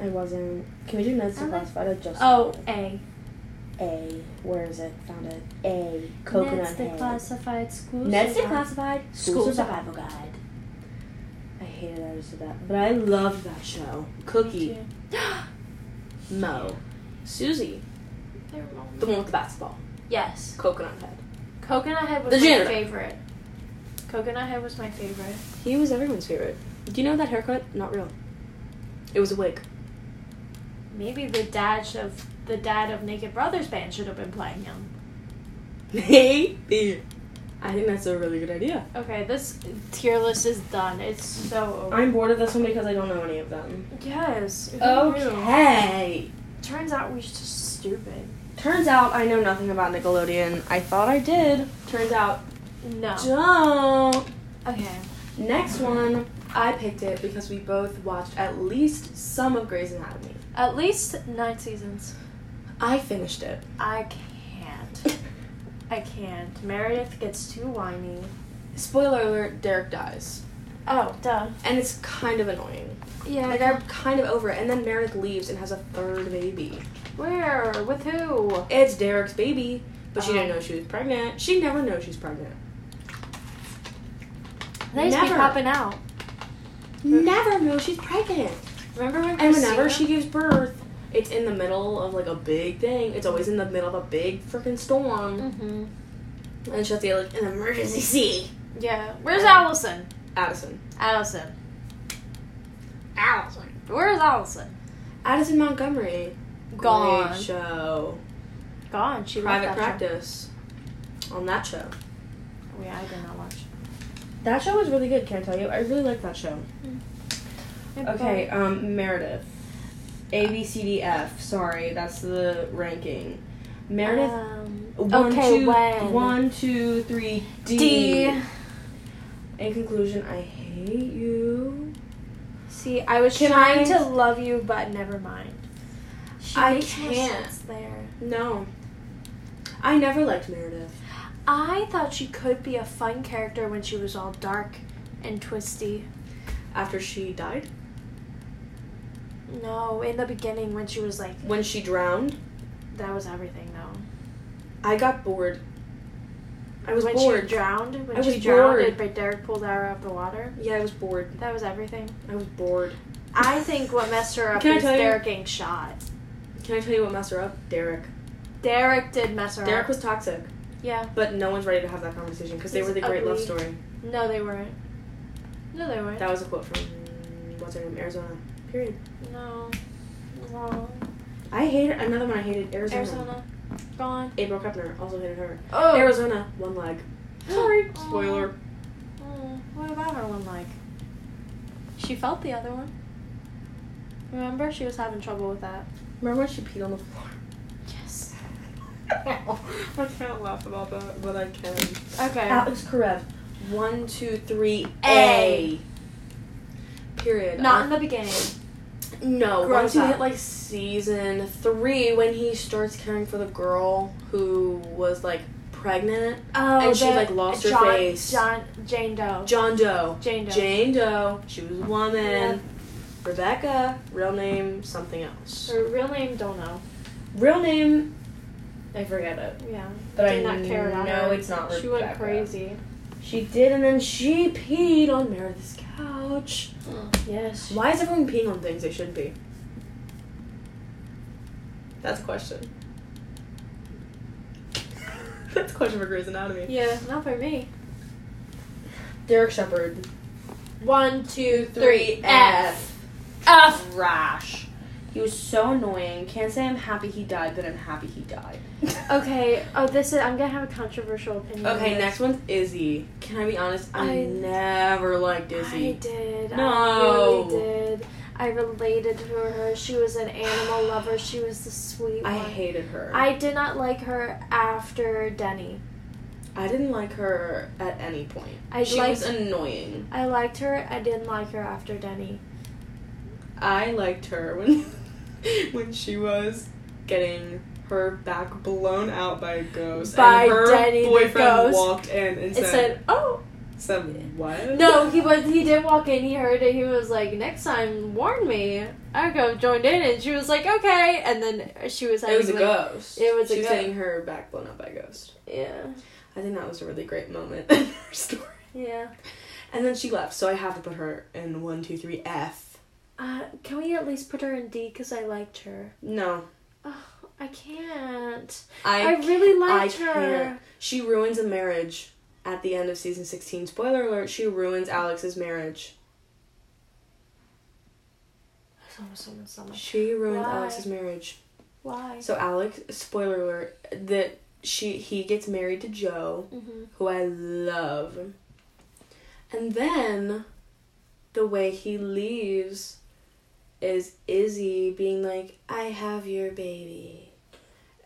[SPEAKER 3] I wasn't. Can we do Ned's
[SPEAKER 2] I like-
[SPEAKER 3] Classified? I just
[SPEAKER 2] Oh, A.
[SPEAKER 3] A. Where is it? Found it. A. Coconut
[SPEAKER 2] Ned's the
[SPEAKER 3] Head.
[SPEAKER 2] classified school.
[SPEAKER 3] Ned's
[SPEAKER 2] survival.
[SPEAKER 3] Declassified
[SPEAKER 1] School
[SPEAKER 3] Survival Guide. I hated I just did that, but I loved that show.
[SPEAKER 1] Cookie,
[SPEAKER 2] Two.
[SPEAKER 1] Mo, Susie,
[SPEAKER 2] They were all-
[SPEAKER 1] the one with the basketball,
[SPEAKER 2] Yes.
[SPEAKER 1] Coconut Head.
[SPEAKER 2] Coconut Head was
[SPEAKER 1] The
[SPEAKER 2] my
[SPEAKER 1] janitor.
[SPEAKER 2] favorite. Coconut Head was my favorite.
[SPEAKER 1] He was everyone's favorite. Do you know that haircut? Not real. It was a wig.
[SPEAKER 2] Maybe the dad of the dad of Naked Brothers band should have been playing him.
[SPEAKER 1] Maybe. I think that's a really good idea.
[SPEAKER 2] Okay, this tier list is done. It's so over.
[SPEAKER 3] I'm bored of this one because I don't know any of them.
[SPEAKER 2] yes. who knew?
[SPEAKER 3] Okay.
[SPEAKER 2] Turns out we're just stupid.
[SPEAKER 3] Turns out I know nothing about Nickelodeon. I thought I did. Turns out
[SPEAKER 2] No.
[SPEAKER 3] don't.
[SPEAKER 2] Okay.
[SPEAKER 1] Next one, I picked it because we both watched at least some of Grey's Anatomy.
[SPEAKER 2] At least nine seasons.
[SPEAKER 1] I finished it.
[SPEAKER 2] I can't. I can't. Meredith gets too whiny.
[SPEAKER 1] Spoiler alert, Derek dies.
[SPEAKER 2] Oh, duh.
[SPEAKER 1] And it's kind of annoying.
[SPEAKER 2] Yeah.
[SPEAKER 1] Like, I'm kind of over it. And then Meredith leaves and has a third baby.
[SPEAKER 2] Where? With who?
[SPEAKER 1] It's Derek's baby, but she didn't
[SPEAKER 2] Oh.
[SPEAKER 1] know she was pregnant. She never knows she's pregnant.
[SPEAKER 2] They just be
[SPEAKER 1] Never.
[SPEAKER 2] popping out.
[SPEAKER 1] Never knows she's pregnant.
[SPEAKER 2] Remember when?
[SPEAKER 1] And whenever she
[SPEAKER 2] Christina-
[SPEAKER 1] gives birth, it's in the middle of like a big thing. It's always in the middle of a big freaking storm.
[SPEAKER 2] Mhm.
[SPEAKER 1] And she has to get like an emergency C.
[SPEAKER 2] Yeah. Where's Allison?
[SPEAKER 1] Addison.
[SPEAKER 2] Allison.
[SPEAKER 1] Allison.
[SPEAKER 2] Where's Allison?
[SPEAKER 1] Addison Montgomery.
[SPEAKER 2] Gone.
[SPEAKER 1] Great show.
[SPEAKER 2] Gone. She left
[SPEAKER 1] Private
[SPEAKER 2] that show.
[SPEAKER 1] practice. On that show.
[SPEAKER 2] Oh, yeah, I did not watch.
[SPEAKER 3] That show was really good. Can I tell you? I really like that show.
[SPEAKER 1] uh,
[SPEAKER 3] Okay, um, Meredith. A B C D F. Sorry, that's the ranking. Meredith
[SPEAKER 1] Uh,
[SPEAKER 2] Um,
[SPEAKER 3] One,
[SPEAKER 2] Okay,
[SPEAKER 3] two-
[SPEAKER 2] when?
[SPEAKER 3] one, two, three, D.
[SPEAKER 2] D.
[SPEAKER 3] In conclusion, I hate you.
[SPEAKER 2] See, I was
[SPEAKER 3] Can
[SPEAKER 2] trying
[SPEAKER 3] I-
[SPEAKER 2] to love you, but never mind. She
[SPEAKER 1] I
[SPEAKER 2] makes more
[SPEAKER 1] can't.
[SPEAKER 2] sense there.
[SPEAKER 1] No. I never liked Meredith.
[SPEAKER 2] I thought she could be a fun character when she was all dark and twisty.
[SPEAKER 1] After she died?
[SPEAKER 2] No, in the beginning when she was like,
[SPEAKER 1] When she drowned,
[SPEAKER 2] that was everything though.
[SPEAKER 1] I got bored. I was
[SPEAKER 2] when
[SPEAKER 1] bored.
[SPEAKER 2] she drowned, when
[SPEAKER 1] I
[SPEAKER 2] she
[SPEAKER 1] was
[SPEAKER 2] drowned,
[SPEAKER 1] bored.
[SPEAKER 2] and but Derek pulled her out of the water.
[SPEAKER 1] yeah, I was bored.
[SPEAKER 2] That was everything.
[SPEAKER 1] I was bored.
[SPEAKER 2] I think what messed her up
[SPEAKER 1] Can I
[SPEAKER 2] is
[SPEAKER 1] tell you-
[SPEAKER 2] Derek getting shot.
[SPEAKER 1] Can I tell you what messed her up? Derek.
[SPEAKER 2] Derek did mess her
[SPEAKER 1] Derek
[SPEAKER 2] up.
[SPEAKER 1] was toxic,
[SPEAKER 2] Yeah.
[SPEAKER 1] but no one's ready to have that conversation because they
[SPEAKER 2] He's
[SPEAKER 1] were the great love
[SPEAKER 2] ugly.
[SPEAKER 1] story.
[SPEAKER 2] No, they weren't. No, they weren't.
[SPEAKER 1] That was a quote from what's her name, Arizona. Period.
[SPEAKER 2] No. No.
[SPEAKER 1] I hated another one. I hated Arizona.
[SPEAKER 2] Arizona. Gone.
[SPEAKER 1] April Kepner also hated her.
[SPEAKER 2] Oh.
[SPEAKER 1] Arizona, one leg. Sorry,
[SPEAKER 2] Oh.
[SPEAKER 1] spoiler.
[SPEAKER 2] Oh, what about her one leg? She felt the other one. Remember, she was having trouble with that.
[SPEAKER 3] Remember when she peed on the floor?
[SPEAKER 2] Yes.
[SPEAKER 1] I can't laugh about that, but I can.
[SPEAKER 2] Okay.
[SPEAKER 3] Alex Karev.
[SPEAKER 1] One, two, three,
[SPEAKER 2] A.
[SPEAKER 1] A. Period.
[SPEAKER 2] Not in
[SPEAKER 1] Uh,
[SPEAKER 2] the beginning.
[SPEAKER 1] No,
[SPEAKER 2] Grows
[SPEAKER 1] once you
[SPEAKER 2] up.
[SPEAKER 1] hit like season three, when he starts caring for the girl who was like pregnant,
[SPEAKER 2] Oh,
[SPEAKER 1] and she,
[SPEAKER 2] the-
[SPEAKER 1] like, lost her
[SPEAKER 2] John,
[SPEAKER 1] face.
[SPEAKER 2] John, Jane Doe.
[SPEAKER 1] John Doe,
[SPEAKER 2] Jane Doe.
[SPEAKER 1] Jane Doe, she was a woman. Rebecca, real name something else.
[SPEAKER 2] Her real name, don't know.
[SPEAKER 3] Real name, I forget it.
[SPEAKER 2] Yeah.
[SPEAKER 3] But
[SPEAKER 2] Did
[SPEAKER 3] I
[SPEAKER 2] not care about
[SPEAKER 3] know
[SPEAKER 2] her.
[SPEAKER 3] it's not
[SPEAKER 2] She went
[SPEAKER 3] Rebecca.
[SPEAKER 2] crazy.
[SPEAKER 3] She did, and then she peed on.
[SPEAKER 1] on Meredith's couch.
[SPEAKER 3] Yes.
[SPEAKER 1] Why is everyone peeing on things they shouldn't be? That's a question. That's a question for Grey's Anatomy.
[SPEAKER 2] Yeah, not for me.
[SPEAKER 3] Derek Shepard.
[SPEAKER 2] One, two,
[SPEAKER 3] three, F.
[SPEAKER 2] F.
[SPEAKER 3] Rash. He was so annoying. Can't say I'm happy he died, but I'm happy he died.
[SPEAKER 2] Okay. Oh, this is. I'm gonna have a controversial opinion. on
[SPEAKER 1] Okay,
[SPEAKER 2] this.
[SPEAKER 1] next one's Izzy. Can I be honest? I,
[SPEAKER 2] I-
[SPEAKER 1] never liked
[SPEAKER 2] I
[SPEAKER 1] Izzy.
[SPEAKER 2] did.
[SPEAKER 1] No.
[SPEAKER 2] I really did. I related to her. She was an animal lover. She was the sweet
[SPEAKER 1] I,
[SPEAKER 2] one.
[SPEAKER 1] hated her.
[SPEAKER 2] I did not like her after Denny.
[SPEAKER 1] I didn't like her at any point.
[SPEAKER 2] I
[SPEAKER 1] she
[SPEAKER 2] liked.
[SPEAKER 1] was annoying.
[SPEAKER 2] I liked her. I didn't like her after Denny.
[SPEAKER 1] I liked her when when she was getting her back blown out by a ghost.
[SPEAKER 2] By
[SPEAKER 1] and her
[SPEAKER 2] Denny the
[SPEAKER 1] boyfriend
[SPEAKER 2] ghost.
[SPEAKER 1] walked in and
[SPEAKER 2] It said, "Oh
[SPEAKER 1] Said what?
[SPEAKER 2] no, he was. He did walk in. He heard it. He was like, next time, warn me. I go joined in, and she was like, okay. And then she was.
[SPEAKER 1] It was a
[SPEAKER 2] having, like-
[SPEAKER 1] ghost.
[SPEAKER 2] it was a
[SPEAKER 1] She was
[SPEAKER 2] ghost.
[SPEAKER 1] getting her back blown up by a ghost.
[SPEAKER 2] Yeah,
[SPEAKER 1] I think that was a really great moment in her story.
[SPEAKER 2] yeah.
[SPEAKER 1] And then she left, so I have to put her in one, two, three, F.
[SPEAKER 2] Uh, can we at least put her in D because I liked her.
[SPEAKER 1] No,
[SPEAKER 2] Oh, I can't.
[SPEAKER 1] I.
[SPEAKER 2] I, really liked
[SPEAKER 1] I
[SPEAKER 2] her.
[SPEAKER 1] can't. she ruins a marriage at the end of season sixteen. Spoiler alert: She ruins Alex's marriage.
[SPEAKER 2] It's almost someone's stomach.
[SPEAKER 1] She ruins
[SPEAKER 2] Why?
[SPEAKER 1] Alex's marriage.
[SPEAKER 2] Why?
[SPEAKER 1] So Alex, spoiler alert: that she he gets married to Joe.
[SPEAKER 2] mm-hmm.
[SPEAKER 1] who I love. And then the way he leaves is Izzy being like, I have your baby.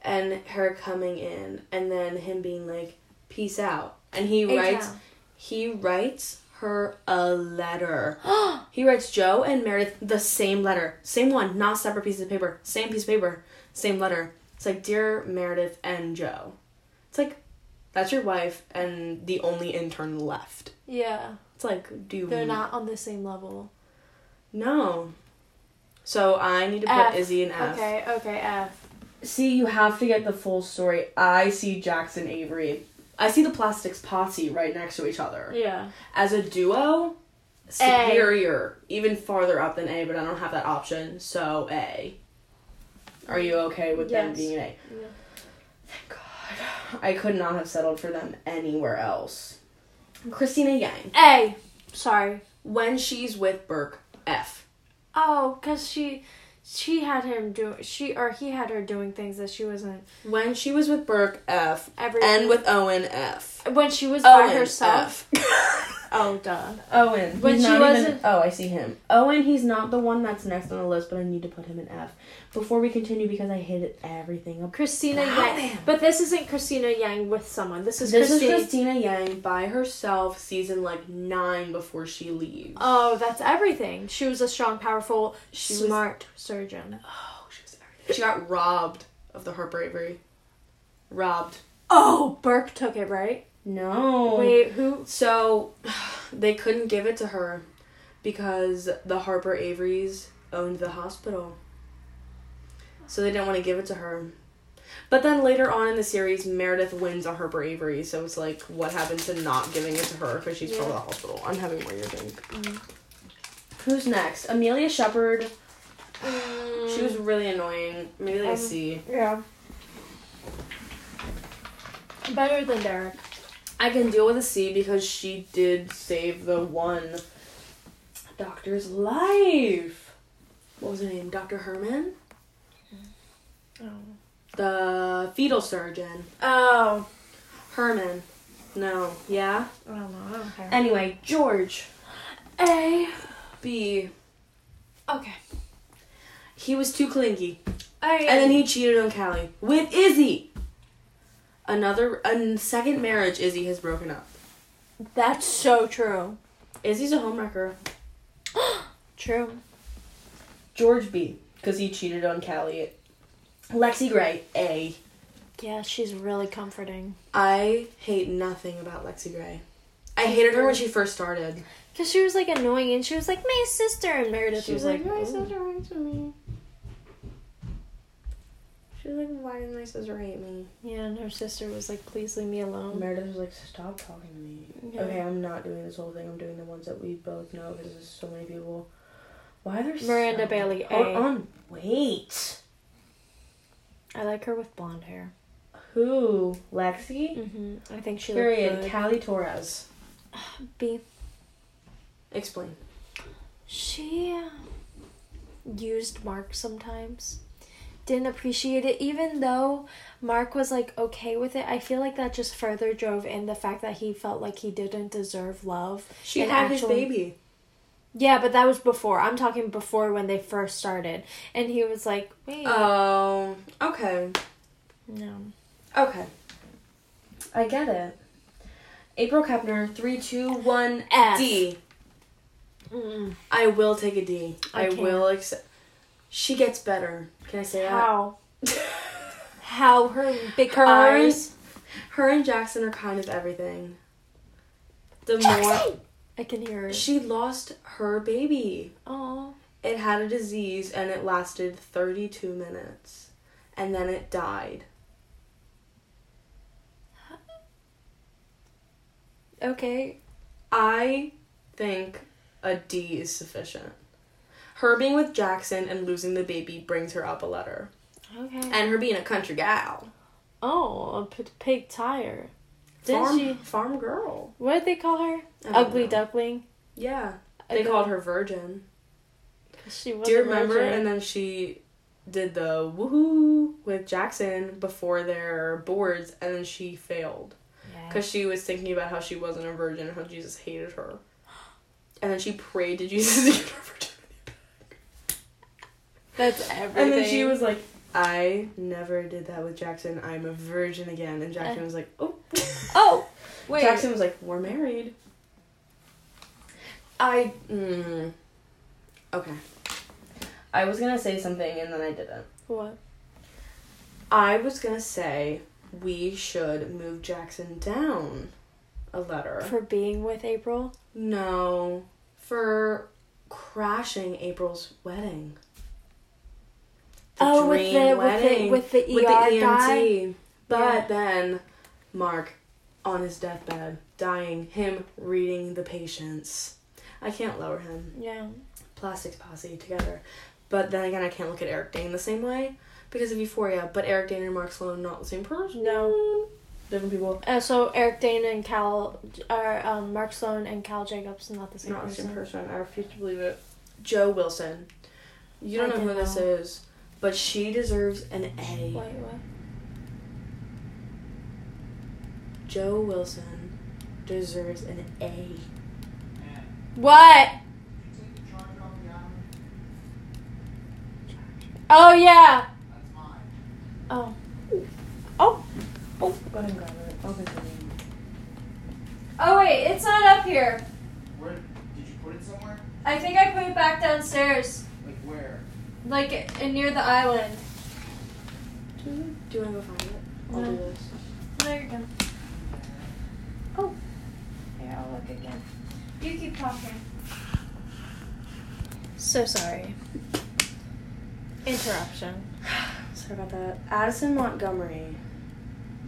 [SPEAKER 1] And her coming in, and then him being like, Peace out. And he writes he writes her a letter. he writes Joe and Meredith the same letter. Same one, not separate pieces of paper. Same piece of paper, same letter. It's like, Dear Meredith and Joe. It's like, that's your wife and the only intern left.
[SPEAKER 2] Yeah,
[SPEAKER 1] It's like, do you.
[SPEAKER 2] they're not on the same level.
[SPEAKER 1] No. So I need to put
[SPEAKER 2] F.
[SPEAKER 1] Izzy in F.
[SPEAKER 2] Okay, okay, F.
[SPEAKER 3] See, you have to get the full story. I see Jackson Avery. I see the plastics posse right next to each other.
[SPEAKER 2] Yeah.
[SPEAKER 1] As a duo, superior, even farther up than A, but I don't have that option, so A.
[SPEAKER 3] Are you okay with them
[SPEAKER 2] Yes.
[SPEAKER 3] being an A?
[SPEAKER 2] Yeah.
[SPEAKER 3] Thank God. I could not have settled for them anywhere else.
[SPEAKER 1] Christina Yang.
[SPEAKER 2] A. Sorry.
[SPEAKER 1] When she's with Burke, F.
[SPEAKER 2] Oh, cause she, she had him do she or he had her doing things that she wasn't
[SPEAKER 1] When she was with Burke, F.
[SPEAKER 2] ever.
[SPEAKER 1] And with Owen, F.
[SPEAKER 2] when she was by
[SPEAKER 1] Owen,
[SPEAKER 2] herself.
[SPEAKER 1] F.
[SPEAKER 2] Oh, duh.
[SPEAKER 3] Owen.
[SPEAKER 2] When
[SPEAKER 3] he's
[SPEAKER 2] she
[SPEAKER 3] not
[SPEAKER 2] wasn't-
[SPEAKER 3] Even, oh, I see him. Owen, he's not the one that's next on the list, but I need to put him in F. Before we continue, because I hated everything about
[SPEAKER 2] Christina
[SPEAKER 1] Wow,
[SPEAKER 2] Yang,
[SPEAKER 1] man.
[SPEAKER 2] but this isn't Christina Yang with someone. This is
[SPEAKER 3] This is
[SPEAKER 2] Christina.
[SPEAKER 3] Christina Yang.
[SPEAKER 1] By herself, season like nine before she leaves.
[SPEAKER 2] Oh, that's everything. She was a strong, powerful,
[SPEAKER 1] She was-
[SPEAKER 2] smart surgeon.
[SPEAKER 1] Oh, she was everything. She got robbed of the her bravery. Robbed.
[SPEAKER 2] Oh, Burke took it, right?
[SPEAKER 3] No.
[SPEAKER 2] Wait, who?
[SPEAKER 1] So they couldn't give it to her because the Harper Averys owned the hospital. So they didn't want to give it to her. But then later on in the series, Meredith wins on Harper Avery, so it's like, what happened to not giving it to her because she's from
[SPEAKER 2] Yeah. Mm-hmm.
[SPEAKER 1] the hospital? I'm having more your drink.
[SPEAKER 3] Who's next? Amelia Shepard.
[SPEAKER 1] She was really annoying. Maybe like
[SPEAKER 2] Mm. Um,
[SPEAKER 1] a C.
[SPEAKER 2] Yeah. Better than Derek.
[SPEAKER 1] I can deal with a C because she did save the one doctor's life. What was her name? Dr. Herman?
[SPEAKER 2] Oh.
[SPEAKER 1] The fetal surgeon.
[SPEAKER 2] Oh.
[SPEAKER 1] Herman. No. Yeah.
[SPEAKER 2] I don't know. I don't care.
[SPEAKER 3] Anyway, George.
[SPEAKER 2] A.
[SPEAKER 1] B.
[SPEAKER 2] Okay.
[SPEAKER 1] He was too clingy,
[SPEAKER 2] A.
[SPEAKER 1] and then he cheated on Callie with Izzy. Another a second marriage. Izzy has broken up.
[SPEAKER 2] That's so true.
[SPEAKER 1] Izzy's a homewrecker.
[SPEAKER 2] True.
[SPEAKER 3] George B. Because he cheated on Callie. Lexi Gray. A.
[SPEAKER 2] Yeah, she's really comforting.
[SPEAKER 1] I hate nothing about Lexi Gray. I hated her when she first started.
[SPEAKER 2] Cause she was like annoying, and she was like my
[SPEAKER 3] "Oh."
[SPEAKER 2] sister, and Meredith was like, "Ooh."
[SPEAKER 1] went to me. She was like, why didn't my sister hate me?
[SPEAKER 2] Yeah, and her sister was like, please leave me alone.
[SPEAKER 3] Meredith was like, stop talking to me.
[SPEAKER 2] Yeah.
[SPEAKER 3] Okay, I'm not doing this whole thing. I'm doing the ones that we both know because there's so many people. Why are there
[SPEAKER 2] Miranda
[SPEAKER 3] so
[SPEAKER 2] Bailey,
[SPEAKER 3] Hold
[SPEAKER 2] A.
[SPEAKER 3] on, wait.
[SPEAKER 2] I like her with blonde hair.
[SPEAKER 3] Who? Lexi?
[SPEAKER 2] Mm-hmm. I think she
[SPEAKER 3] Period.
[SPEAKER 2] looked good.
[SPEAKER 3] Callie Torres.
[SPEAKER 2] B.
[SPEAKER 1] Explain.
[SPEAKER 2] She uh, used Mark sometimes. Didn't appreciate it, even though Mark was like okay with it. I feel like that just further drove in the fact that he felt like he didn't deserve love.
[SPEAKER 1] She
[SPEAKER 2] And
[SPEAKER 1] had his
[SPEAKER 2] actually-
[SPEAKER 1] baby.
[SPEAKER 2] Yeah, but that was before. I'm talking before when they first started. And he was like, wait.
[SPEAKER 1] Oh, okay.
[SPEAKER 2] no.
[SPEAKER 1] Okay.
[SPEAKER 3] I get it. April Kepner, three, two, one.
[SPEAKER 2] F.
[SPEAKER 1] D.
[SPEAKER 2] Mm-mm.
[SPEAKER 1] I will take a D. I,
[SPEAKER 2] Okay.
[SPEAKER 1] will accept. She gets better. Can I say
[SPEAKER 2] How?
[SPEAKER 1] that?
[SPEAKER 2] How her big
[SPEAKER 1] Her
[SPEAKER 2] eyes.
[SPEAKER 1] Her and Jackson are kind of everything. The
[SPEAKER 2] Jackson! I can hear
[SPEAKER 1] more
[SPEAKER 2] it.
[SPEAKER 1] she lost her baby,
[SPEAKER 2] Oh.
[SPEAKER 1] it had a disease and it lasted 32 minutes, and then it died.
[SPEAKER 2] Okay.
[SPEAKER 1] I think a D is sufficient. Her being with Jackson and losing the baby brings her up a letter,
[SPEAKER 2] Okay.
[SPEAKER 1] and her being a country gal,
[SPEAKER 2] oh, a p- pig tire. Did
[SPEAKER 1] farm
[SPEAKER 2] she?
[SPEAKER 1] farm girl,
[SPEAKER 2] What did they call her?
[SPEAKER 1] I don't
[SPEAKER 2] Ugly
[SPEAKER 1] know.
[SPEAKER 2] duckling.
[SPEAKER 1] Yeah, they called her virgin.
[SPEAKER 2] She was
[SPEAKER 1] Do you remember? And then she did the woohoo with Jackson before their boards, and then she failed because she was thinking about how she wasn't a virgin and how Jesus hated her. And then she prayed to Jesus to give her virginity.
[SPEAKER 2] that's everything.
[SPEAKER 1] And then she was like, "I never did that with Jackson. I'm a virgin again." And Jackson was like, "Oh."
[SPEAKER 2] "Oh, wait."
[SPEAKER 1] Jackson was like, "We're married." I. Mm, okay.
[SPEAKER 3] I was gonna say something and then I didn't.
[SPEAKER 2] What?
[SPEAKER 1] I was gonna say we should move Jackson down a letter.
[SPEAKER 2] For being with April?
[SPEAKER 1] no, for crashing April's wedding. The
[SPEAKER 2] oh,
[SPEAKER 1] dream
[SPEAKER 2] with the
[SPEAKER 1] wedding
[SPEAKER 2] with the with the ER
[SPEAKER 1] with the
[SPEAKER 2] guy.
[SPEAKER 1] EMT. E But
[SPEAKER 2] Yeah.
[SPEAKER 1] then Mark on his deathbed, dying, him reading the patients. I can't lower him.
[SPEAKER 2] Yeah.
[SPEAKER 1] plastics posse together. But then again, I can't look at Eric Dane the same way because of Euphoria. But Eric Dane and Mark Sloan not the same person.
[SPEAKER 2] No.
[SPEAKER 1] different people.
[SPEAKER 2] Uh, so Eric Dane and Cal, or um, Mark Sloan and Cal Jacobs, not the same
[SPEAKER 1] not the
[SPEAKER 2] person.
[SPEAKER 1] same person. I refuse to believe it. Joe Wilson. You don't
[SPEAKER 2] I
[SPEAKER 1] know who
[SPEAKER 2] don't
[SPEAKER 1] this
[SPEAKER 2] know.
[SPEAKER 1] is, but she deserves an A.
[SPEAKER 2] Wait, what?
[SPEAKER 1] Joe Wilson deserves an A.
[SPEAKER 2] What? Oh yeah. Oh.
[SPEAKER 3] Oh, go ahead and grab it. I'll continue.
[SPEAKER 2] Oh wait, it's not up here.
[SPEAKER 4] Where did you put it somewhere?
[SPEAKER 2] I think I put it back downstairs,
[SPEAKER 4] Like where?
[SPEAKER 2] like uh, near the island.
[SPEAKER 1] Do you want to go find it? I'll
[SPEAKER 2] No.
[SPEAKER 1] do this.
[SPEAKER 2] There you go. Oh. Here, I'll look again. You keep talking. So sorry. Interruption.
[SPEAKER 1] Sorry about that. Addison Montgomery.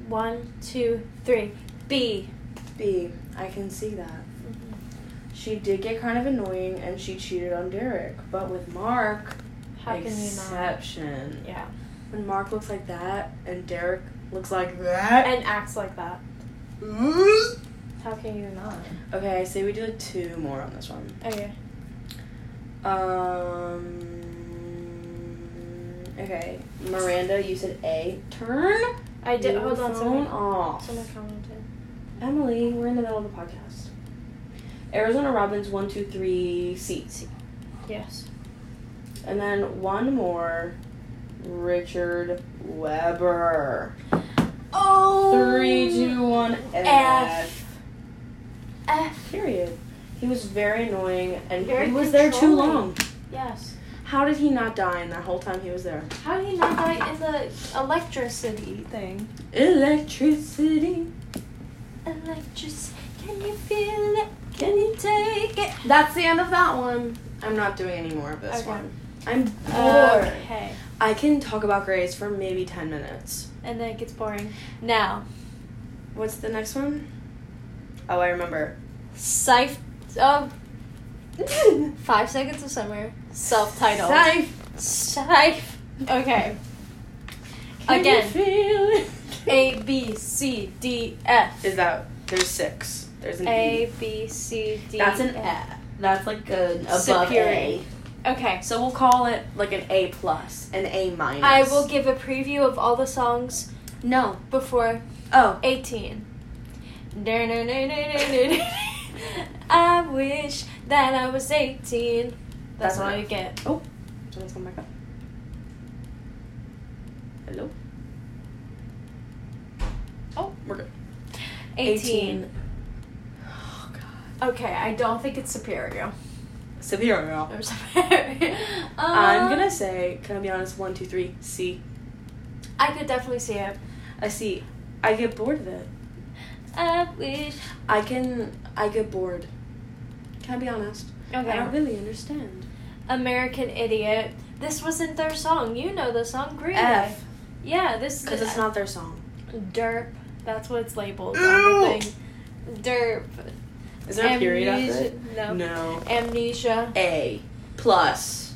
[SPEAKER 2] One, two, three. B.
[SPEAKER 1] B. I can see that. She did get kind of annoying and she cheated on Derek, but with Mark,
[SPEAKER 2] How can you not?
[SPEAKER 1] Exception.
[SPEAKER 2] Yeah.
[SPEAKER 1] When Mark looks like that and Derek looks like that.
[SPEAKER 2] And acts like that. How can you not?
[SPEAKER 1] Okay, I say we do like two more on this one.
[SPEAKER 2] Okay.
[SPEAKER 1] Um. Okay, Miranda, you said A. Turn.
[SPEAKER 2] I did.
[SPEAKER 1] your
[SPEAKER 2] Hold on.
[SPEAKER 1] Phone
[SPEAKER 2] Someone,
[SPEAKER 1] off.
[SPEAKER 2] someone commented.
[SPEAKER 1] Emily, we're in the middle of the podcast. Arizona Robbins, one, two, three, C.
[SPEAKER 2] Yes.
[SPEAKER 1] And then one more, Richard Weber.
[SPEAKER 2] Oh.
[SPEAKER 1] Three, two, one, F.
[SPEAKER 2] F.
[SPEAKER 1] Period. He was very annoying and
[SPEAKER 2] Very
[SPEAKER 1] he was there too
[SPEAKER 2] controlling.
[SPEAKER 1] long.
[SPEAKER 2] Yes.
[SPEAKER 1] How did he not die in that whole time he was there?
[SPEAKER 2] How did he not die in the electricity thing?
[SPEAKER 1] Electricity.
[SPEAKER 2] Electricity. Can you feel it? Can you take it?
[SPEAKER 1] That's the end of that one. I'm not doing any more of this
[SPEAKER 2] Okay.
[SPEAKER 1] one. I'm bored.
[SPEAKER 2] Okay.
[SPEAKER 1] I can talk about Grace for maybe 10 minutes.
[SPEAKER 2] And then it gets boring. Now,
[SPEAKER 1] What's the next one? Oh, I remember.
[SPEAKER 2] Sif. Uh, five Seconds of Summer. Self titled.
[SPEAKER 1] Scythe.
[SPEAKER 2] Sif. Okay. Again. A, B, C, D, F.
[SPEAKER 1] Is that there's six? There's an E.
[SPEAKER 2] A, B, C, D.
[SPEAKER 1] That's an E.
[SPEAKER 2] F.
[SPEAKER 1] F. That's like an above
[SPEAKER 2] Superior. Okay.
[SPEAKER 1] A. So we'll call it like an A plus, an A minus.
[SPEAKER 2] I will give a preview of all the songs
[SPEAKER 1] no.
[SPEAKER 2] before
[SPEAKER 1] Oh,
[SPEAKER 2] 18. I wish that I was 18. That's
[SPEAKER 1] That's
[SPEAKER 2] what
[SPEAKER 1] not-
[SPEAKER 2] I get.
[SPEAKER 1] Oh, someone's coming back up. Hello. Oh, we're good.
[SPEAKER 2] 18.
[SPEAKER 1] Oh god.
[SPEAKER 2] Okay, I don't think it's superior.
[SPEAKER 1] Superior.
[SPEAKER 2] Or superior. Um,
[SPEAKER 1] I'm gonna say, can I be honest? One, two, three. C.
[SPEAKER 2] I could definitely see it.
[SPEAKER 1] I see. I get bored of it.
[SPEAKER 2] I wish.
[SPEAKER 1] I can. I get bored. Can I be honest? I
[SPEAKER 2] Okay.
[SPEAKER 1] don't really understand.
[SPEAKER 2] American Idiot. This wasn't their song. You know the song Green Day.
[SPEAKER 1] F.
[SPEAKER 2] Yeah, this
[SPEAKER 1] Because it's not their song.
[SPEAKER 2] Derp. That's what it's labeled on the thing. Derp.
[SPEAKER 1] Is there a period after
[SPEAKER 2] Amnesia-
[SPEAKER 1] it?
[SPEAKER 2] No.
[SPEAKER 1] No.
[SPEAKER 2] Amnesia.
[SPEAKER 1] A plus.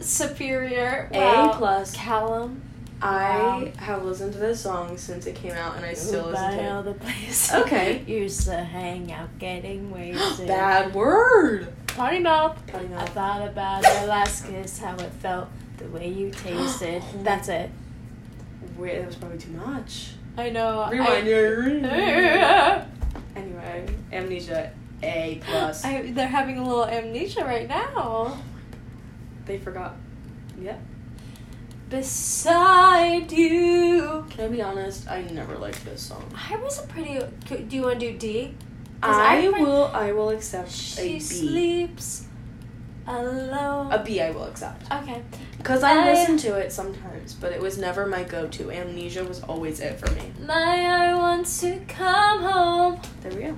[SPEAKER 2] Superior.
[SPEAKER 1] A
[SPEAKER 2] Wow.
[SPEAKER 1] plus.
[SPEAKER 2] Callum.
[SPEAKER 1] I have listened to this song since it came out, and I still listen
[SPEAKER 2] By all
[SPEAKER 1] to
[SPEAKER 2] the places.
[SPEAKER 1] Okay.
[SPEAKER 2] Used to hang out getting
[SPEAKER 1] it.
[SPEAKER 2] wasted.
[SPEAKER 1] Bad word.
[SPEAKER 2] Potty mouth.
[SPEAKER 1] Potty
[SPEAKER 2] I
[SPEAKER 1] mouth.
[SPEAKER 2] thought about our last kiss, how it felt, the way you tasted.
[SPEAKER 1] Oh.
[SPEAKER 2] That's it.
[SPEAKER 1] Wait, that was probably too much.
[SPEAKER 2] I know.
[SPEAKER 1] Rewind. your
[SPEAKER 2] I,
[SPEAKER 1] anyway, amnesia. A plus.
[SPEAKER 2] I- they're having a little amnesia right now.
[SPEAKER 1] They forgot. Yep.
[SPEAKER 2] Beside you.
[SPEAKER 1] Can I be honest? I never liked this song.
[SPEAKER 2] I was a pretty. c- Do you want to do D? 'Cause
[SPEAKER 1] I,
[SPEAKER 2] find-
[SPEAKER 1] will. I will accept
[SPEAKER 2] She
[SPEAKER 1] a B.
[SPEAKER 2] sleeps alone.
[SPEAKER 1] A B. I will accept
[SPEAKER 2] okay.
[SPEAKER 1] because I,
[SPEAKER 2] I-
[SPEAKER 1] listen to it sometimes, but it was never my go-to. Amnesia was always it for me.
[SPEAKER 2] My I want to come home.
[SPEAKER 1] There we go.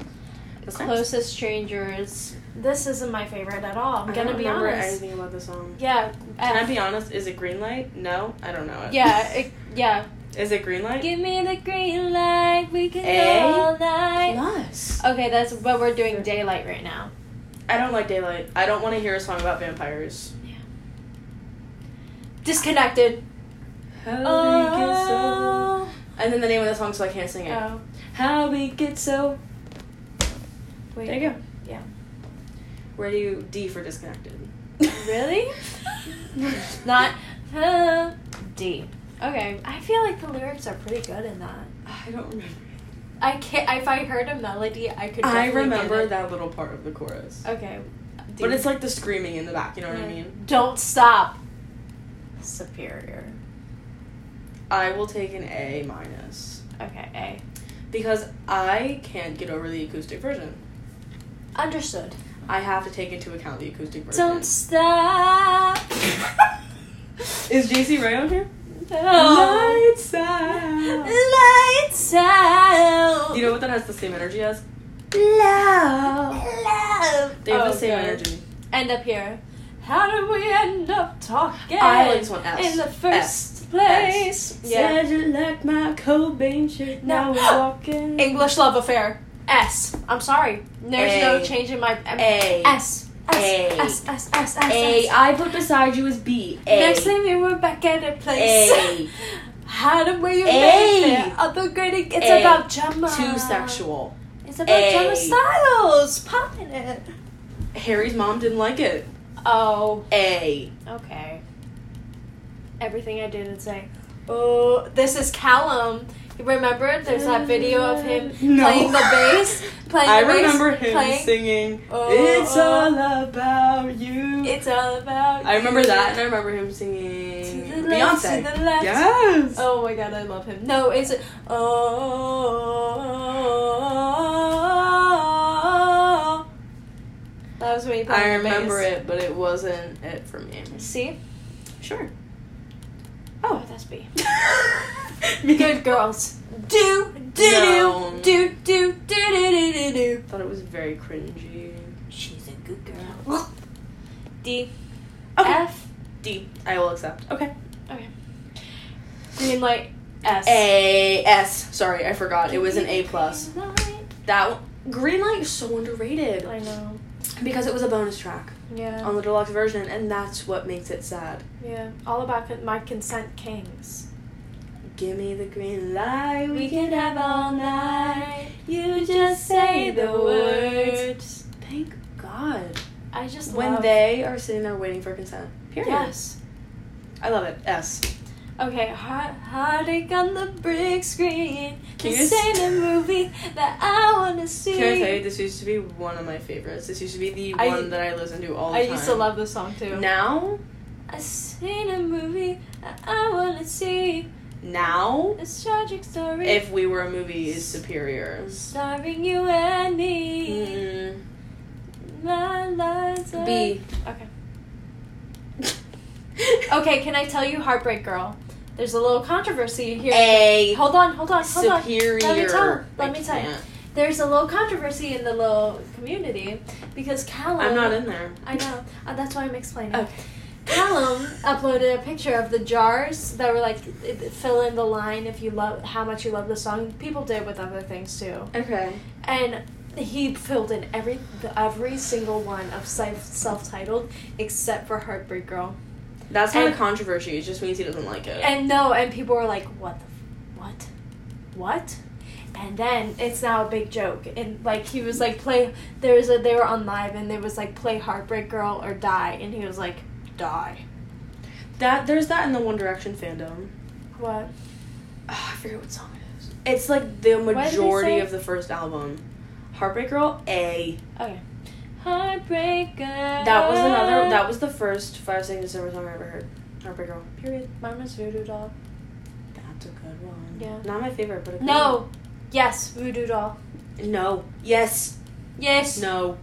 [SPEAKER 1] That's nice.
[SPEAKER 2] Closest strangers. This isn't my favorite at all. I'm
[SPEAKER 1] I
[SPEAKER 2] gonna
[SPEAKER 1] don't
[SPEAKER 2] be
[SPEAKER 1] remember
[SPEAKER 2] honest.
[SPEAKER 1] anything about the song.
[SPEAKER 2] Yeah.
[SPEAKER 1] Can I
[SPEAKER 2] F.
[SPEAKER 1] be honest? Is it green light? No, I don't know it.
[SPEAKER 2] Yeah. it- yeah.
[SPEAKER 1] Is it green light?
[SPEAKER 2] Give me the green light. We can
[SPEAKER 1] A
[SPEAKER 2] go all night.
[SPEAKER 1] Plus.
[SPEAKER 2] Okay, that's what we're doing daylight right now.
[SPEAKER 1] I don't like daylight. I don't want to hear a song about vampires.
[SPEAKER 2] Disconnected.
[SPEAKER 1] How we get Oh, so. And then the name of the song, so I can't sing it.
[SPEAKER 2] Oh.
[SPEAKER 1] How we get so.
[SPEAKER 2] Wait.
[SPEAKER 1] There you go.
[SPEAKER 2] Yeah.
[SPEAKER 1] Where do you D for disconnected?
[SPEAKER 2] Really? Not uh, D. Okay. I feel like the lyrics are pretty good in that.
[SPEAKER 1] I don't remember.
[SPEAKER 2] I can't. If I heard a melody, I could.
[SPEAKER 1] I
[SPEAKER 2] definitely get
[SPEAKER 1] remember
[SPEAKER 2] it.
[SPEAKER 1] that little part of the chorus.
[SPEAKER 2] Okay. D.
[SPEAKER 1] But it's like the screaming in the back, you know what I
[SPEAKER 2] Yeah.
[SPEAKER 1] mean?
[SPEAKER 2] Don't stop. Superior.
[SPEAKER 1] I will take an A minus.
[SPEAKER 2] Okay.
[SPEAKER 1] Because I can't get over the acoustic version.
[SPEAKER 2] A. Understood.
[SPEAKER 1] I have to take into account the acoustic version.
[SPEAKER 2] Don't stop.
[SPEAKER 1] Is JC Ray on here?
[SPEAKER 2] No.
[SPEAKER 1] Lights out.
[SPEAKER 2] Lights out.
[SPEAKER 1] You know what that has the same energy as?
[SPEAKER 2] Love. Love.
[SPEAKER 1] They have
[SPEAKER 2] Oh,
[SPEAKER 1] the same
[SPEAKER 2] good.
[SPEAKER 1] energy.
[SPEAKER 2] End up here. How did we end up talking?
[SPEAKER 1] I like this one. S.
[SPEAKER 2] in the
[SPEAKER 1] S.
[SPEAKER 2] first place.
[SPEAKER 1] Said you like my Cobain shirt.
[SPEAKER 2] No.
[SPEAKER 1] Now we're walking.
[SPEAKER 2] English love affair. S. I'm sorry. There's
[SPEAKER 1] A.
[SPEAKER 2] no change in my I'm-
[SPEAKER 1] A.
[SPEAKER 2] S. S.
[SPEAKER 1] A.
[SPEAKER 2] S. S. S. S.
[SPEAKER 1] A.
[SPEAKER 2] S.
[SPEAKER 1] I put beside you as B. A.
[SPEAKER 2] Next thing we were back at a place.
[SPEAKER 1] A.
[SPEAKER 2] How did we
[SPEAKER 1] A.
[SPEAKER 2] make it? Other grading. It's
[SPEAKER 1] A.
[SPEAKER 2] about Gemma.
[SPEAKER 1] Too sexual.
[SPEAKER 2] It's about
[SPEAKER 1] A.
[SPEAKER 2] Gemma Styles. Popping it.
[SPEAKER 1] Harry's mom didn't like it.
[SPEAKER 2] Oh.
[SPEAKER 1] A.
[SPEAKER 2] Okay. Everything I didn't say. Oh, this is Callum. You remember? There's that video of him
[SPEAKER 1] No.
[SPEAKER 2] playing the bass. Playing
[SPEAKER 1] I
[SPEAKER 2] the bass,
[SPEAKER 1] remember him
[SPEAKER 2] playing-
[SPEAKER 1] singing
[SPEAKER 2] Oh.
[SPEAKER 1] It's all about you.
[SPEAKER 2] It's all about.
[SPEAKER 1] I remember
[SPEAKER 2] you.
[SPEAKER 1] that and I remember him
[SPEAKER 2] To
[SPEAKER 1] singing
[SPEAKER 2] the left,
[SPEAKER 1] Beyonce.
[SPEAKER 2] to the left.
[SPEAKER 1] Yes.
[SPEAKER 2] Oh my god, I love him. No, it's oh. That was when
[SPEAKER 5] Oh,
[SPEAKER 2] he played
[SPEAKER 1] I
[SPEAKER 2] the
[SPEAKER 1] remember
[SPEAKER 2] bass.
[SPEAKER 1] it, but it wasn't it for me.
[SPEAKER 2] See?
[SPEAKER 1] Sure.
[SPEAKER 2] Oh, that's B.
[SPEAKER 1] Good
[SPEAKER 2] Good girls. Do do
[SPEAKER 1] No.
[SPEAKER 2] do do do do do do do.
[SPEAKER 1] Thought it was very cringy.
[SPEAKER 2] She's a good girl. D
[SPEAKER 1] Okay.
[SPEAKER 2] F
[SPEAKER 1] D. I will accept. Okay.
[SPEAKER 2] Green light S.
[SPEAKER 1] A S. Sorry, I forgot. It was an A plus.
[SPEAKER 2] Green light.
[SPEAKER 5] That one, Greenlight is so underrated
[SPEAKER 2] I know.
[SPEAKER 5] because it was a bonus track
[SPEAKER 2] Yeah.
[SPEAKER 5] on the deluxe version, and that's what makes it sad.
[SPEAKER 2] yeah. All about con- my consent kings.
[SPEAKER 5] Give me the green light, we can have all night. You just say the words. Thank God.
[SPEAKER 2] I just
[SPEAKER 5] When
[SPEAKER 2] love-
[SPEAKER 5] they are sitting there waiting for consent. Period.
[SPEAKER 2] Yes.
[SPEAKER 1] I love it. S.
[SPEAKER 2] Okay, heart, heartache on the brick screen.
[SPEAKER 1] Can
[SPEAKER 2] This
[SPEAKER 1] you s-
[SPEAKER 2] ain't a movie that I wanna see.
[SPEAKER 1] Can I tell you, this used to be one of my favorites. This used to be the
[SPEAKER 2] I-
[SPEAKER 1] one that I listened to all the
[SPEAKER 2] I
[SPEAKER 1] time.
[SPEAKER 2] used to love this song too.
[SPEAKER 1] Now,
[SPEAKER 2] I seen a movie that I wanna see.
[SPEAKER 1] now,
[SPEAKER 2] This tragic story
[SPEAKER 1] if we were a movie, is superior.
[SPEAKER 2] starring you and me.
[SPEAKER 1] Mm.
[SPEAKER 2] My lines are-
[SPEAKER 5] B.
[SPEAKER 2] Okay. Okay, can I tell you Heartbreak Girl? There's a little controversy here.
[SPEAKER 1] A.
[SPEAKER 2] Hold on, hold on, hold on.
[SPEAKER 1] superior.
[SPEAKER 2] Let me tell-
[SPEAKER 1] I
[SPEAKER 2] let me tell you.
[SPEAKER 1] can't.
[SPEAKER 2] There's a little controversy in the little community because Callum.
[SPEAKER 1] I'm not in there.
[SPEAKER 2] I know. Uh, that's why I'm explaining.
[SPEAKER 5] Okay.
[SPEAKER 2] Callum uploaded a picture of the jars that were like it- it- fill in the line if you love how much you love the song. People did with other things too,
[SPEAKER 5] Okay.
[SPEAKER 2] and he filled in every every single one of self self titled except for Heartbreak Girl.
[SPEAKER 1] That's not
[SPEAKER 2] And-
[SPEAKER 1] a controversy. It just means he doesn't like it.
[SPEAKER 2] And no, and people were like, "What the, f- what, what?" And then it's now a big joke. And like he was like, "Play." There was a they were on live, and there was like, "Play Heartbreak Girl or Die," and he was like, "Die."
[SPEAKER 1] that there's that in the One Direction fandom.
[SPEAKER 2] What?
[SPEAKER 5] Oh, I forget what song it is.
[SPEAKER 1] It's like the
[SPEAKER 2] did they
[SPEAKER 1] majority
[SPEAKER 2] say?
[SPEAKER 1] of the first album. Heartbreak Girl A.
[SPEAKER 2] Okay. Heartbreak Girl.
[SPEAKER 1] That was another. That was the first Five Seconds December song I ever heard. Heartbreak Girl. Period.
[SPEAKER 2] Mine was Voodoo Doll.
[SPEAKER 1] That's a good one.
[SPEAKER 2] Yeah.
[SPEAKER 1] Not my favorite, but a good
[SPEAKER 2] No. Yes, Voodoo Doll.
[SPEAKER 1] one. No. Yes.
[SPEAKER 2] Yes.
[SPEAKER 1] No.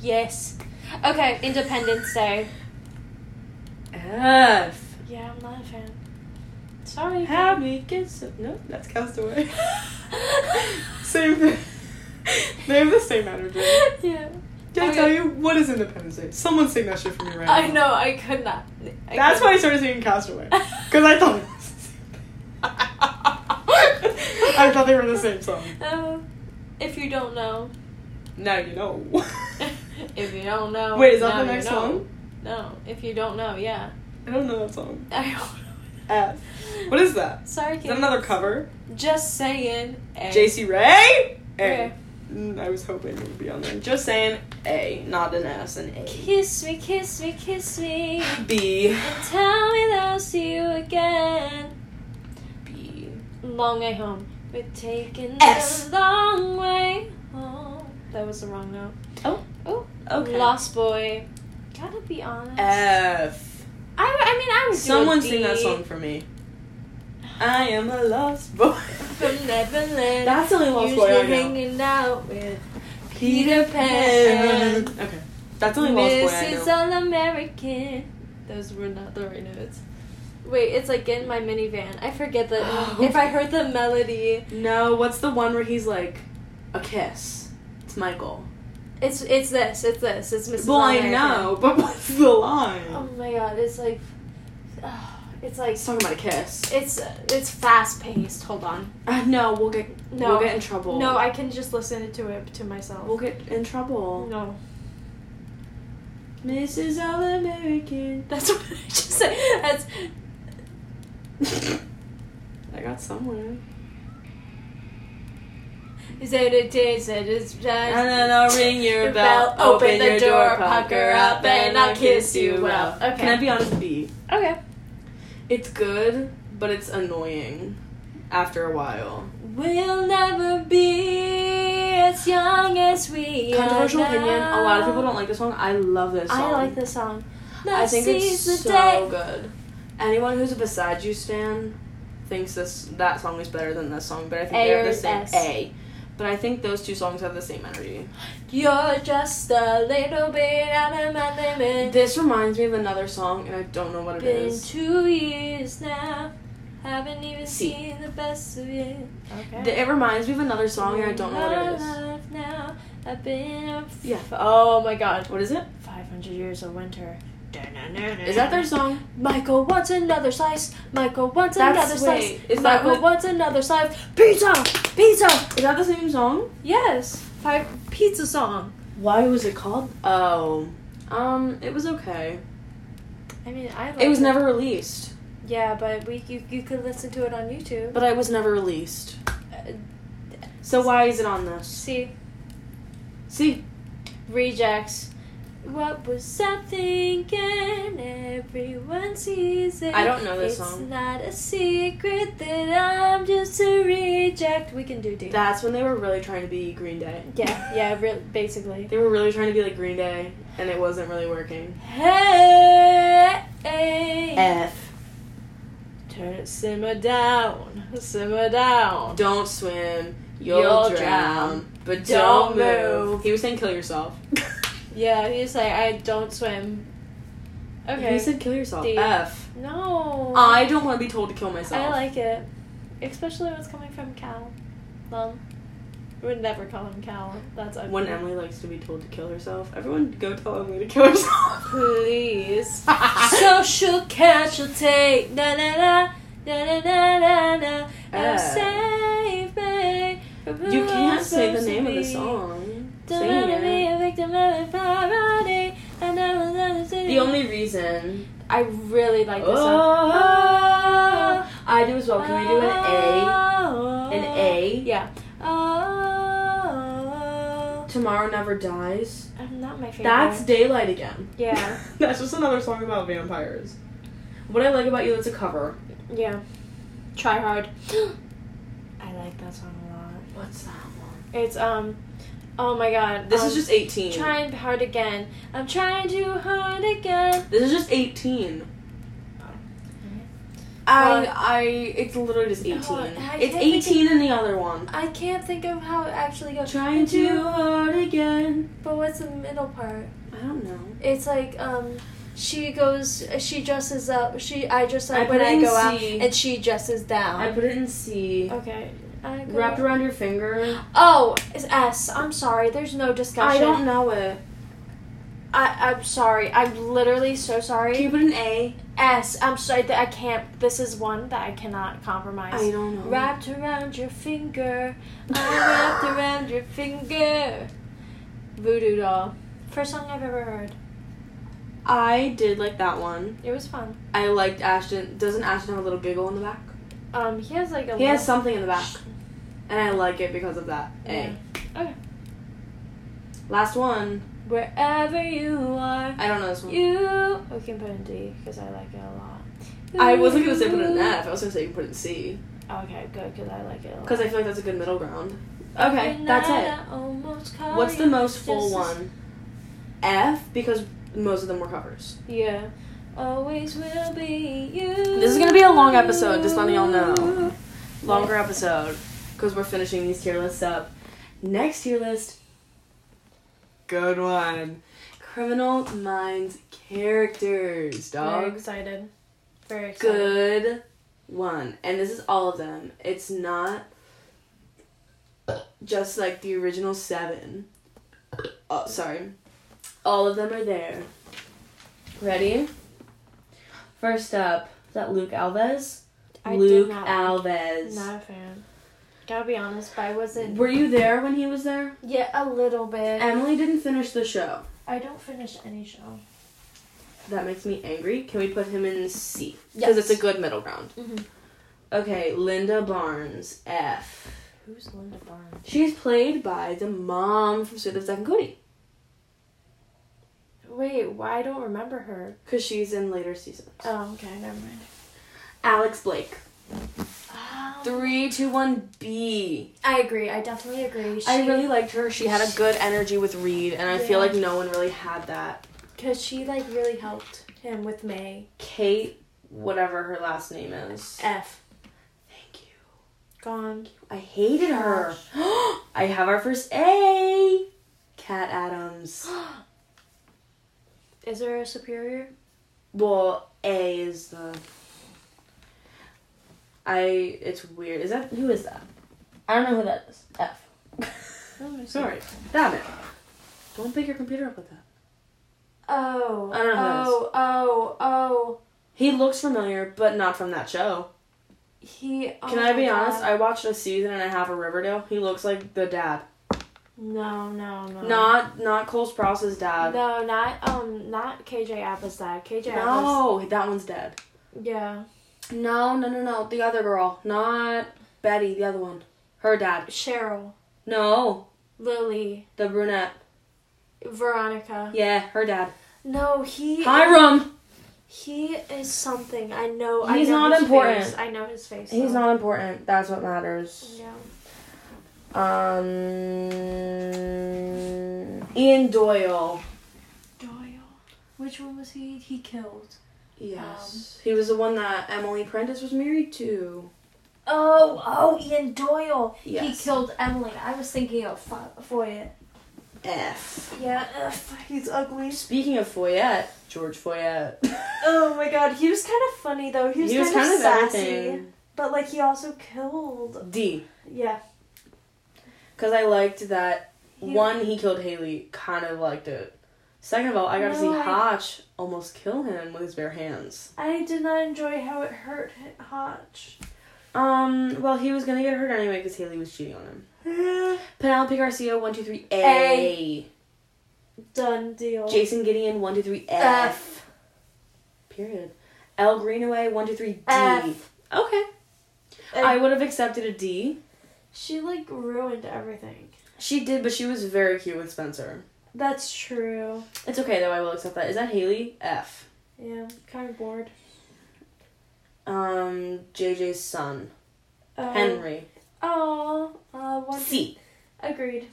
[SPEAKER 2] Yes. Okay, Independence Day.
[SPEAKER 1] F.
[SPEAKER 2] Yeah, I'm not a fan. Sorry.
[SPEAKER 1] Have me get some. No, that's Castaway. same thing. They have the same energy.
[SPEAKER 2] yeah.
[SPEAKER 1] Can I
[SPEAKER 2] Okay.
[SPEAKER 1] tell you what is Independence Day? Someone sing that shit for me right now.
[SPEAKER 2] I know, I could not. I
[SPEAKER 1] That's
[SPEAKER 2] could-
[SPEAKER 1] why I started singing Castaway. Because I thought I thought they were the same song.
[SPEAKER 2] Uh, if you don't know.
[SPEAKER 1] Now you know.
[SPEAKER 2] If you don't know.
[SPEAKER 1] Wait, is that
[SPEAKER 2] now
[SPEAKER 1] the
[SPEAKER 2] you
[SPEAKER 1] next
[SPEAKER 2] know.
[SPEAKER 1] song?
[SPEAKER 2] No, if you don't know, yeah.
[SPEAKER 1] I don't know that song.
[SPEAKER 2] I don't know.
[SPEAKER 1] F. What is that?
[SPEAKER 2] Sorry,
[SPEAKER 1] Is
[SPEAKER 2] kids.
[SPEAKER 1] that another cover?
[SPEAKER 2] Just saying. eh. A.
[SPEAKER 1] JC Ray? A.
[SPEAKER 2] Okay.
[SPEAKER 1] Mm, I was hoping it would be on there. Just saying A, not an S, an A.
[SPEAKER 2] Kiss me, kiss me, kiss me.
[SPEAKER 1] B.
[SPEAKER 2] And tell me that I'll see you again.
[SPEAKER 1] B.
[SPEAKER 2] Long way home. We're taking
[SPEAKER 1] S.
[SPEAKER 2] the long way home. That was the wrong note.
[SPEAKER 1] Oh.
[SPEAKER 2] Oh.
[SPEAKER 1] Okay.
[SPEAKER 2] Lost Boy. Gotta be honest.
[SPEAKER 1] F.
[SPEAKER 2] I, I mean, I would do a
[SPEAKER 1] Someone sing
[SPEAKER 2] D.
[SPEAKER 1] that song for me. I am a lost boy.
[SPEAKER 2] From Neverland.
[SPEAKER 1] That's the only Lost Boy I
[SPEAKER 2] Usually
[SPEAKER 1] know.
[SPEAKER 2] hanging out with Peter Pan.
[SPEAKER 1] Okay. That's the only Lost Boy I
[SPEAKER 2] Mrs.
[SPEAKER 1] know.
[SPEAKER 2] All American. Those were not the right notes. Wait, it's like in my minivan. I forget that. if I heard the melody,
[SPEAKER 1] No, what's the one where he's like, a kiss? It's Michael.
[SPEAKER 2] it's it's this, it's this, it's Mrs.
[SPEAKER 1] well,
[SPEAKER 2] All
[SPEAKER 1] I
[SPEAKER 2] American.
[SPEAKER 1] know, but what's the line?
[SPEAKER 2] Oh my god, it's like, oh, it's like
[SPEAKER 1] It's talking about a kiss.
[SPEAKER 2] it's it's fast paced. Hold on.
[SPEAKER 1] Uh, no, we'll get
[SPEAKER 2] No.
[SPEAKER 1] we'll get in trouble.
[SPEAKER 2] No, I can just listen to it to myself.
[SPEAKER 1] we'll get in trouble.
[SPEAKER 2] No,
[SPEAKER 1] Mrs. All American.
[SPEAKER 2] that's what I just said. That's
[SPEAKER 1] I got somewhere.
[SPEAKER 2] Is it a taste that is just
[SPEAKER 1] And then I'll ring your bell, open the door, pucker up, and I'll kiss you well.
[SPEAKER 2] Okay.
[SPEAKER 1] Can I be honest with you?
[SPEAKER 2] Okay.
[SPEAKER 1] It's good, but it's annoying after a while.
[SPEAKER 2] We'll never be as young as we
[SPEAKER 1] Controversial
[SPEAKER 2] are now.
[SPEAKER 1] opinion. A lot of people don't like this song. I love this song.
[SPEAKER 2] I like this song.
[SPEAKER 1] I think it's
[SPEAKER 2] Now sees the
[SPEAKER 1] so
[SPEAKER 2] day.
[SPEAKER 1] good. Anyone who's a Beside You stan thinks this that song is better than this song, but I think
[SPEAKER 2] A
[SPEAKER 1] they have
[SPEAKER 2] or
[SPEAKER 1] the same
[SPEAKER 2] S?
[SPEAKER 1] A. But I think those two songs have the same energy.
[SPEAKER 2] You're just a little bit out of my limit.
[SPEAKER 1] This reminds me of another song, and I don't know what it
[SPEAKER 2] Been
[SPEAKER 1] is.
[SPEAKER 2] two years now. Haven't even
[SPEAKER 1] See.
[SPEAKER 2] seen the best of it.
[SPEAKER 1] Th- It reminds me of another song, and I don't know what it
[SPEAKER 2] My
[SPEAKER 1] is.
[SPEAKER 2] life Now I've been. a f-
[SPEAKER 1] Yeah.
[SPEAKER 2] Oh my god.
[SPEAKER 1] What is it?
[SPEAKER 2] 500 years of winter.
[SPEAKER 1] Is that their song?
[SPEAKER 2] Michael wants another slice. Michael wants
[SPEAKER 1] That's-
[SPEAKER 2] another slice.
[SPEAKER 1] wait, is that
[SPEAKER 2] Michael
[SPEAKER 1] what-
[SPEAKER 2] wants another slice. Pizza, pizza.
[SPEAKER 3] Is that the same song?
[SPEAKER 2] Yes, five pizza song.
[SPEAKER 1] Why was it called? Oh, um, it was okay.
[SPEAKER 2] I mean, I.
[SPEAKER 1] It
[SPEAKER 2] liked
[SPEAKER 1] was never released,
[SPEAKER 2] Yeah, but we you you could listen to it on YouTube.
[SPEAKER 1] but I was never released.
[SPEAKER 2] Uh,
[SPEAKER 1] So why is it on this?
[SPEAKER 2] see,
[SPEAKER 1] See,
[SPEAKER 2] rejects. What was I thinking? Everyone sees it.
[SPEAKER 1] I don't know this
[SPEAKER 2] it's
[SPEAKER 1] song.
[SPEAKER 2] not a secret that I'm just a reject. We can do D.
[SPEAKER 1] that's when they were really trying to be Green Day.
[SPEAKER 2] yeah, yeah, re- basically.
[SPEAKER 1] They were really trying to be like Green Day, and it wasn't really working.
[SPEAKER 2] Hey,
[SPEAKER 1] F.
[SPEAKER 2] turn it simmer down, simmer down.
[SPEAKER 1] Don't swim, you'll,
[SPEAKER 2] You'll
[SPEAKER 1] drown,
[SPEAKER 2] drown.
[SPEAKER 1] but don't
[SPEAKER 2] Don't
[SPEAKER 1] move.
[SPEAKER 2] move.
[SPEAKER 1] He was saying kill yourself.
[SPEAKER 2] Yeah, he's like, I don't swim. Okay.
[SPEAKER 1] He said kill yourself.
[SPEAKER 2] D.
[SPEAKER 1] F.
[SPEAKER 2] no.
[SPEAKER 1] I don't want to be told to kill myself.
[SPEAKER 2] I like it, especially when it's coming from Cal. Mom would never call him Cal. That's ugly.
[SPEAKER 1] When Emily likes to be told to kill herself, everyone go tell Emily to kill herself.
[SPEAKER 2] Please. Social casualty. Na na na. Na na na na na.
[SPEAKER 1] Uh.
[SPEAKER 2] Oh, save me. from who
[SPEAKER 1] you
[SPEAKER 2] I'm
[SPEAKER 1] can't say the
[SPEAKER 2] supposed to
[SPEAKER 1] name of the
[SPEAKER 2] be.
[SPEAKER 1] song.
[SPEAKER 2] Don't
[SPEAKER 1] Sing
[SPEAKER 2] wanna be
[SPEAKER 1] it.
[SPEAKER 2] a victim of infirmity. I never let it see
[SPEAKER 1] The only reason
[SPEAKER 2] I really like this song.
[SPEAKER 1] oh, I do as well. Can we do
[SPEAKER 2] Ah.
[SPEAKER 1] an A? An A.
[SPEAKER 2] Yeah. Oh,
[SPEAKER 1] Tomorrow never dies.
[SPEAKER 2] I'm not my favorite.
[SPEAKER 1] That's daylight again.
[SPEAKER 2] yeah,
[SPEAKER 1] that's just another song about vampires. What I like about you, that's a cover.
[SPEAKER 2] yeah. Try hard. I like that song a lot.
[SPEAKER 1] What's that one?
[SPEAKER 2] It's um, oh my god.
[SPEAKER 1] This
[SPEAKER 2] um,
[SPEAKER 1] is just 18.
[SPEAKER 2] trying hard again. I'm trying too hard again.
[SPEAKER 1] This is just 18.
[SPEAKER 2] I-
[SPEAKER 1] I, it's literally just 18.
[SPEAKER 2] No, I
[SPEAKER 1] it's
[SPEAKER 2] can't think
[SPEAKER 1] 18 in the other one.
[SPEAKER 2] I can't think of how it actually goes.
[SPEAKER 1] Trying too
[SPEAKER 2] to.
[SPEAKER 1] hard again.
[SPEAKER 2] But what's the middle part?
[SPEAKER 1] I don't know.
[SPEAKER 2] It's like um, she goes, she dresses up. She I dress
[SPEAKER 1] I
[SPEAKER 2] up
[SPEAKER 1] put
[SPEAKER 2] when I
[SPEAKER 1] in
[SPEAKER 2] go out,
[SPEAKER 1] C.
[SPEAKER 2] and she dresses down.
[SPEAKER 1] I put it in C.
[SPEAKER 2] okay.
[SPEAKER 1] uh,
[SPEAKER 2] I go
[SPEAKER 1] Wrapped around your finger.
[SPEAKER 2] Oh, it's S. I'm sorry. There's no discussion.
[SPEAKER 1] I don't know it.
[SPEAKER 2] I, I'm sorry. I'm literally so
[SPEAKER 1] Can you
[SPEAKER 2] sorry.
[SPEAKER 1] put an A?
[SPEAKER 2] S. I'm sorry that I can't. This is one that I cannot compromise.
[SPEAKER 1] I don't know.
[SPEAKER 2] Wrapped around your finger. I wrapped around your finger. Voodoo doll. First song I've ever heard.
[SPEAKER 1] I did like that one.
[SPEAKER 2] It was fun.
[SPEAKER 1] I liked Ashton. Doesn't Ashton have a little giggle in the back?
[SPEAKER 2] Um, he has like a.
[SPEAKER 1] He has
[SPEAKER 2] little-
[SPEAKER 1] something in the back. And I like it because of that. A.
[SPEAKER 2] Okay.
[SPEAKER 1] Last one.
[SPEAKER 2] Wherever you are,
[SPEAKER 1] I don't know this one.
[SPEAKER 2] you. We can put in D because I like it a lot.
[SPEAKER 1] I wasn't gonna say put it in F. I was gonna say you can put it in C.
[SPEAKER 2] Okay, good because I like it a lot.
[SPEAKER 1] Because I feel like that's a good middle ground. Okay, that's it.
[SPEAKER 2] it.
[SPEAKER 1] What's the most full
[SPEAKER 2] Just-
[SPEAKER 1] one? F, because most of them were covers.
[SPEAKER 2] Yeah. Always will be you.
[SPEAKER 1] This is gonna be a long episode, just letting y'all know. Longer episode. Because we're finishing these tier lists up. Next tier list. Good one. Criminal Minds characters,
[SPEAKER 2] Very
[SPEAKER 1] dog.
[SPEAKER 2] excited. Very excited.
[SPEAKER 1] good one. And this is all of them. It's not just like the original seven. Oh, sorry. All of them are there.
[SPEAKER 3] Ready? First up, is that Luke Alves?
[SPEAKER 2] I
[SPEAKER 3] Luke
[SPEAKER 2] did not like-
[SPEAKER 3] Alves.
[SPEAKER 2] Not a fan. Gotta be honest, but I wasn't.
[SPEAKER 1] Were you there when he was there?
[SPEAKER 2] Yeah, a little bit.
[SPEAKER 1] Emily didn't finish the show.
[SPEAKER 2] I don't finish any show.
[SPEAKER 1] That makes me angry. Can we put him in C? Because
[SPEAKER 2] Yes.
[SPEAKER 1] it's a good middle ground.
[SPEAKER 2] Mhm.
[SPEAKER 1] Okay, Linda Barnes, F.
[SPEAKER 2] Who's Linda Barnes?
[SPEAKER 1] She's played by the mom from Sweet of Zack and Cody.
[SPEAKER 2] Wait, why I don't remember her?
[SPEAKER 1] Because she's in later seasons.
[SPEAKER 2] Oh, okay, never mind.
[SPEAKER 1] Alex Blake.
[SPEAKER 2] Um,
[SPEAKER 1] Three, two, one, B.
[SPEAKER 2] I agree. I definitely agree. She,
[SPEAKER 1] I really liked her. She had a good energy with Reed, and I feel
[SPEAKER 2] Yeah.
[SPEAKER 1] like no one really had that.
[SPEAKER 2] because she like really helped him with May.
[SPEAKER 1] Kate, whatever her last name is.
[SPEAKER 2] F
[SPEAKER 1] Thank you.
[SPEAKER 2] gone.
[SPEAKER 1] I hated her. I have our first A. Cat Adams.
[SPEAKER 2] Is there a superior?
[SPEAKER 1] Well, A is the. I. It's weird. Is that who is that?
[SPEAKER 3] I don't know who that is. F.
[SPEAKER 2] Oh, I see.
[SPEAKER 1] Sorry, damn it. Don't pick your computer up with that.
[SPEAKER 2] Oh.
[SPEAKER 1] I don't know who it
[SPEAKER 2] Oh, oh, oh.
[SPEAKER 1] He looks familiar, but not from that show.
[SPEAKER 2] He. oh
[SPEAKER 1] Can I
[SPEAKER 2] my
[SPEAKER 1] be
[SPEAKER 2] God.
[SPEAKER 1] honest? I watched a season and a half of Riverdale. He looks like the dad.
[SPEAKER 2] No, no,
[SPEAKER 1] Oh.
[SPEAKER 2] no.
[SPEAKER 1] Not not Cole Sprouse's dad.
[SPEAKER 2] No, not um, not KJ Appa's dad. KJ Appa's.
[SPEAKER 1] No, that one's dead.
[SPEAKER 2] Yeah.
[SPEAKER 1] No, no, no, no. The other girl, not Betty. The other one, her dad.
[SPEAKER 2] Cheryl,
[SPEAKER 1] No,
[SPEAKER 2] Lily,
[SPEAKER 1] the brunette.
[SPEAKER 2] Veronica.
[SPEAKER 1] Yeah, her dad.
[SPEAKER 2] No, he.
[SPEAKER 1] Hiram.
[SPEAKER 2] He is something. I know.
[SPEAKER 1] He's
[SPEAKER 2] I know
[SPEAKER 1] not
[SPEAKER 2] his
[SPEAKER 1] important.
[SPEAKER 2] Face. I know his face.
[SPEAKER 3] He's
[SPEAKER 2] though.
[SPEAKER 3] not important. That's what matters.
[SPEAKER 2] Yeah.
[SPEAKER 3] Um, Ian Doyle.
[SPEAKER 2] Doyle. Which one was he? He killed.
[SPEAKER 1] Yes, Um, he was the one that Emily Prentice was married to.
[SPEAKER 2] Oh, oh, Ian Doyle.
[SPEAKER 1] Yes.
[SPEAKER 2] He killed Emily. I was thinking of Fo- Foyet.
[SPEAKER 1] F.
[SPEAKER 2] Yeah. he's ugly.
[SPEAKER 1] Speaking of Foyette, George Foyette.
[SPEAKER 2] Oh my god, he was kind of funny though. He was, kind, of, sassy,
[SPEAKER 1] everything.
[SPEAKER 2] but like he also killed.
[SPEAKER 1] D.
[SPEAKER 2] Yeah.
[SPEAKER 1] Because I liked that.
[SPEAKER 2] He-
[SPEAKER 1] One, he killed Haley. Kind of liked it. Second of all, I got to see
[SPEAKER 2] No, I-
[SPEAKER 1] Hotch almost kill him with his bare hands.
[SPEAKER 2] I did not enjoy how it hurt H- Hotch.
[SPEAKER 1] Um, well, he was gonna get hurt anyway because Haley was cheating on him. Penelope Garcia, one two three A.
[SPEAKER 2] A. Done deal.
[SPEAKER 1] Jason Gideon, one two three F.
[SPEAKER 2] F.
[SPEAKER 1] Period. L Greenaway, one two three D.
[SPEAKER 2] F.
[SPEAKER 1] Okay,
[SPEAKER 2] And
[SPEAKER 1] I would have accepted a D.
[SPEAKER 2] she like ruined everything.
[SPEAKER 1] She did, but she was very cute with Spencer.
[SPEAKER 2] That's true.
[SPEAKER 1] It's okay though. I will accept that. Is that Haley F?
[SPEAKER 2] Yeah, kind of bored.
[SPEAKER 1] Um, JJ's son,
[SPEAKER 2] Um,
[SPEAKER 1] Henry.
[SPEAKER 2] Oh, uh, one.
[SPEAKER 1] C.
[SPEAKER 2] Agreed.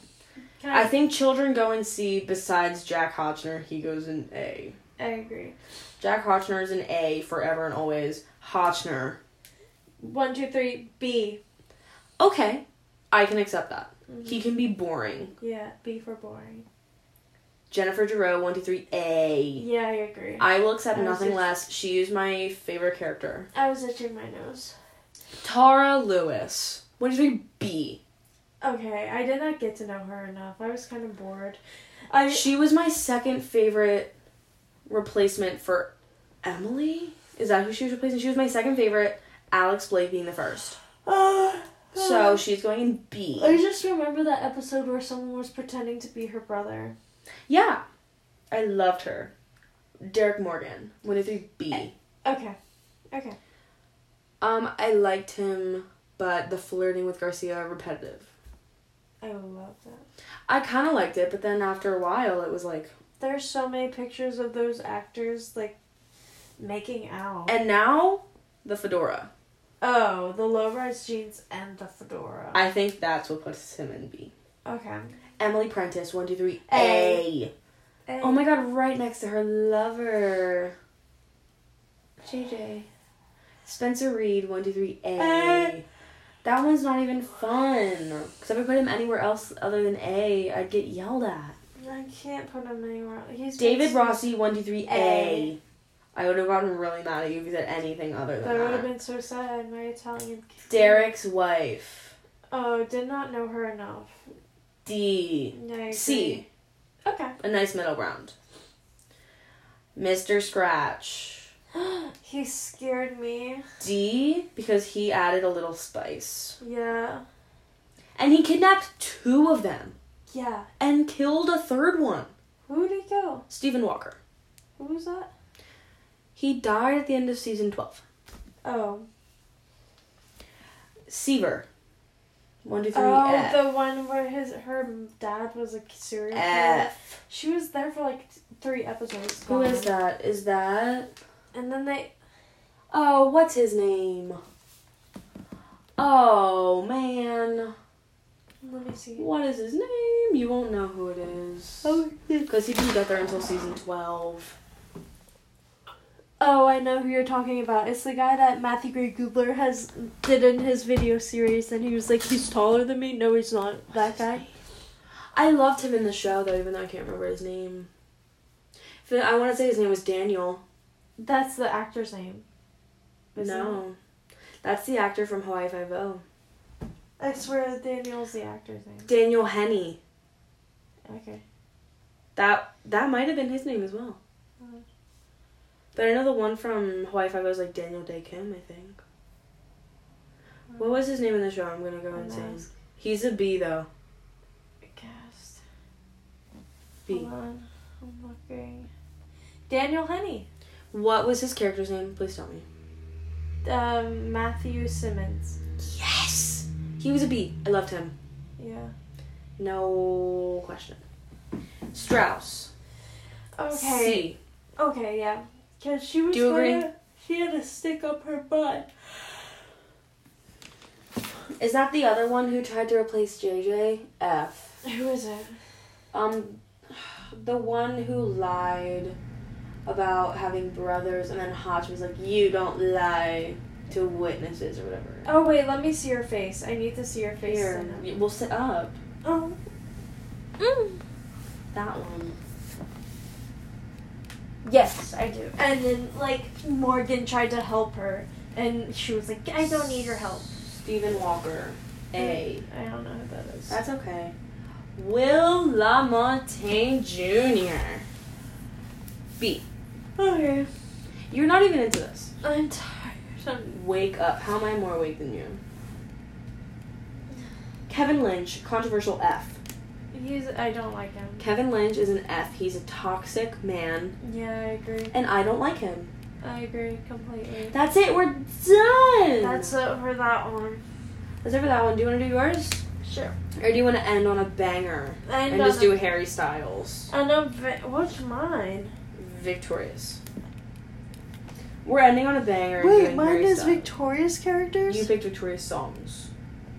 [SPEAKER 2] Can
[SPEAKER 1] I think children go in C besides Jack Hotchner. He goes in A.
[SPEAKER 2] I agree.
[SPEAKER 1] Jack Hotchner is an A forever and always. Hotchner.
[SPEAKER 2] One, two, three. B.
[SPEAKER 1] Okay. I can accept that.
[SPEAKER 2] Mhm.
[SPEAKER 1] He can be boring.
[SPEAKER 2] Yeah, B for boring.
[SPEAKER 1] Jennifer Giroux, 123A.
[SPEAKER 2] Yeah, I agree.
[SPEAKER 1] I will accept
[SPEAKER 2] I was
[SPEAKER 1] nothing
[SPEAKER 2] just-
[SPEAKER 1] less. She is my favorite character.
[SPEAKER 2] I was itching my nose.
[SPEAKER 1] Tara Lewis, 123B.
[SPEAKER 2] Okay, I did not get to know her enough. I was kind of bored. I
[SPEAKER 1] She was my second favorite replacement for Emily. Is that who she was replacing? She was my second favorite. Alex Blake being the first. So she's going in B.
[SPEAKER 2] uh, I just remember that episode where someone was pretending to be her brother.
[SPEAKER 1] Yeah. I loved her. Derek Morgan, 123B.
[SPEAKER 2] Okay, okay.
[SPEAKER 1] Um, I liked him, but the flirting with Garcia, repetitive.
[SPEAKER 2] I love that.
[SPEAKER 1] I kind of liked it, but then after a while, it was like.
[SPEAKER 2] There's so many pictures of those actors like making out.
[SPEAKER 1] And now, the fedora.
[SPEAKER 2] oh, the low-rise jeans and the fedora.
[SPEAKER 1] I think that's what puts him in B.
[SPEAKER 2] okay.
[SPEAKER 1] Emily Prentice, 123A.
[SPEAKER 2] A.
[SPEAKER 1] Oh my god, right next to her lover. JJ. Spencer Reed, 123A.
[SPEAKER 2] A.
[SPEAKER 1] That one's not even fun. Because if I put him anywhere else other than A, I'd get yelled at.
[SPEAKER 2] I can't put him anywhere. else. He's
[SPEAKER 1] David
[SPEAKER 2] just-
[SPEAKER 1] Rossi, 123A.
[SPEAKER 2] A.
[SPEAKER 1] I would have gotten really mad at you if you said anything other
[SPEAKER 2] That would
[SPEAKER 1] than
[SPEAKER 2] have
[SPEAKER 1] that.
[SPEAKER 2] been so sad. My Italian. kid.
[SPEAKER 1] Derek's wife.
[SPEAKER 2] Oh, did not know her enough.
[SPEAKER 1] D.
[SPEAKER 2] Yeah, I agree.
[SPEAKER 1] C.
[SPEAKER 2] Okay.
[SPEAKER 1] A nice middle ground. Mr. Scratch.
[SPEAKER 2] he scared me.
[SPEAKER 1] D. Because he added a little spice.
[SPEAKER 2] Yeah.
[SPEAKER 1] And he kidnapped two of them
[SPEAKER 2] Yeah.
[SPEAKER 1] and killed a third one,
[SPEAKER 2] Who did he kill?
[SPEAKER 1] Stephen Walker.
[SPEAKER 2] Who was that?
[SPEAKER 1] He died at the end of season 12.
[SPEAKER 2] Oh.
[SPEAKER 1] Seaver. 1, 2, 3,
[SPEAKER 2] oh,
[SPEAKER 1] F.
[SPEAKER 2] the one where his her dad was a serial killer.
[SPEAKER 1] F.
[SPEAKER 2] She was there for like th- three episodes.
[SPEAKER 1] Who is
[SPEAKER 2] gone.
[SPEAKER 1] that? Is that.
[SPEAKER 2] And then they.
[SPEAKER 1] Oh, what's his name? Oh, man.
[SPEAKER 2] Let me see.
[SPEAKER 1] What is his name? You won't know who it is.
[SPEAKER 2] Oh.
[SPEAKER 1] Because he didn't get there until season 12.
[SPEAKER 2] Oh, I know who you're talking about. It's the guy that Matthew Gray Goobler has did in his video series, and he was like, "He's taller than me." No, he's not. That guy.
[SPEAKER 1] I loved him in the show, though, even though I can't remember his name. If- I want to say his name was Daniel.
[SPEAKER 2] That's the actor's name. Is
[SPEAKER 1] No. That's the actor from Hawaii Five-O.
[SPEAKER 2] I swear, Daniel's the actor's name.
[SPEAKER 1] Daniel Henney.
[SPEAKER 2] Okay.
[SPEAKER 1] That that might have been his name as well. But I know the one from Hawaii Five O is like Daniel Day Kim, I think. What was his name in the show? I'm gonna go
[SPEAKER 2] I'm
[SPEAKER 1] and sing.
[SPEAKER 2] ask-
[SPEAKER 1] He's a B though.
[SPEAKER 2] I guess.
[SPEAKER 1] B.
[SPEAKER 2] Hold on. I'm looking. Daniel Henney.
[SPEAKER 1] What was his character's name? Please tell me.
[SPEAKER 2] Um, Matthew Simmons.
[SPEAKER 1] Yes. He was a B. I loved him.
[SPEAKER 2] Yeah.
[SPEAKER 1] No question. Strauss.
[SPEAKER 2] Okay.
[SPEAKER 1] C.
[SPEAKER 2] Okay, yeah. Because she was
[SPEAKER 1] Do you agree?
[SPEAKER 2] gonna- She had a stick up her butt.
[SPEAKER 1] Is that the other one who tried to replace JJ? F.
[SPEAKER 2] Who is it?
[SPEAKER 1] Um, the one who lied about having brothers, and then Hotch was like, "You don't lie to witnesses or whatever."
[SPEAKER 2] Oh, wait, let me see your face. I need to see your face.
[SPEAKER 1] Here,
[SPEAKER 2] to know.
[SPEAKER 1] y- we'll sit up.
[SPEAKER 2] Oh. Mm.
[SPEAKER 1] That one.
[SPEAKER 2] Yes, I do. And then, like, Morgan tried to help her, and she was like, I don't need your help.
[SPEAKER 1] Stephen Walker. A.
[SPEAKER 2] Mm. I don't know who that is.
[SPEAKER 1] That's okay. Will LaMontagne Jr. B.
[SPEAKER 2] Okay.
[SPEAKER 1] You're not even into this.
[SPEAKER 2] I'm tired. I'm
[SPEAKER 1] Wake up. How am I more awake than you? Kevin Lynch, controversial F.
[SPEAKER 2] He's. I don't like him.
[SPEAKER 1] Kevin Lynch is an F. He's a toxic man,
[SPEAKER 2] Yeah, I agree.
[SPEAKER 1] and I don't like him.
[SPEAKER 2] I agree completely.
[SPEAKER 1] That's it. We're done.
[SPEAKER 2] That's it for that one.
[SPEAKER 1] That's it for that one. Do you want to do yours,
[SPEAKER 2] Sure.
[SPEAKER 1] or do you want to end on a banger
[SPEAKER 2] And,
[SPEAKER 1] and just do Harry Styles?
[SPEAKER 2] And a vi- what's mine?
[SPEAKER 1] Victorious. We're ending on a banger. and doing Harry Styles.
[SPEAKER 2] Victoria's characters.
[SPEAKER 1] You picked Victorious songs.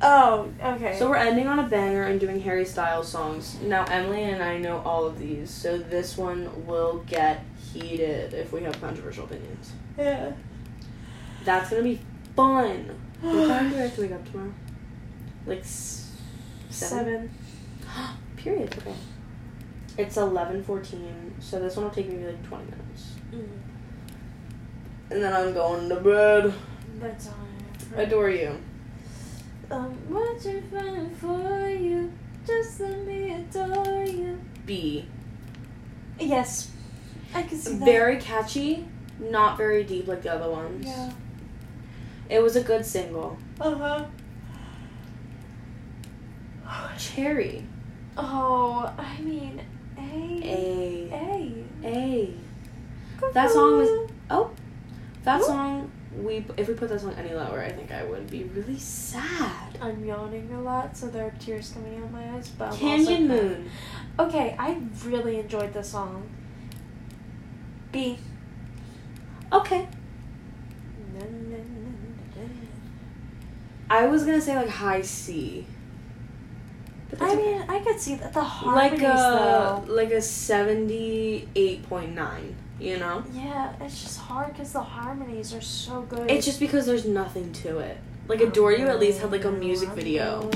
[SPEAKER 2] oh, okay.
[SPEAKER 1] So we're ending on a banger and doing Harry Styles songs. Now Emily and I know all of these, so this one will get heated if we have controversial opinions.
[SPEAKER 2] yeah.
[SPEAKER 1] That's gonna be fun. What time do I have to wake up tomorrow? Like s- seven.
[SPEAKER 2] Seven.
[SPEAKER 1] Period. Okay. It's eleven fourteen, so this one will take me like twenty minutes,
[SPEAKER 2] Mm,
[SPEAKER 1] and then I'm going to bed.
[SPEAKER 2] that's all. I have.
[SPEAKER 1] Adore you.
[SPEAKER 2] I'm watching fun for you. Just let me adore you.
[SPEAKER 1] B.
[SPEAKER 2] Yes, I can see that.
[SPEAKER 1] Very catchy, not very deep like the other ones.
[SPEAKER 2] Yeah.
[SPEAKER 1] It was a good single.
[SPEAKER 2] Uh huh.
[SPEAKER 1] Cherry.
[SPEAKER 2] Oh, I mean, A.
[SPEAKER 1] A.
[SPEAKER 2] A.
[SPEAKER 1] A. That song was- Oh. That
[SPEAKER 2] Ooh.
[SPEAKER 1] song. We if we put that song any lower, I think I would be really sad.
[SPEAKER 2] I'm yawning a lot, so there are tears coming out of my eyes. But I'm
[SPEAKER 1] Canyon
[SPEAKER 2] also-
[SPEAKER 1] Moon.
[SPEAKER 2] Okay, I really enjoyed this song. B.
[SPEAKER 1] Okay. I was gonna say like high C. But
[SPEAKER 2] I
[SPEAKER 1] that's okay.
[SPEAKER 2] mean, I could see that the harmonies
[SPEAKER 1] like uh, a
[SPEAKER 2] though.
[SPEAKER 1] like a seventy eight point nine. You know,
[SPEAKER 2] Yeah, it's just hard because the harmonies are so good.
[SPEAKER 1] it's just because there's nothing to it. Like
[SPEAKER 2] Oh,
[SPEAKER 1] Adore You at least had like a music video.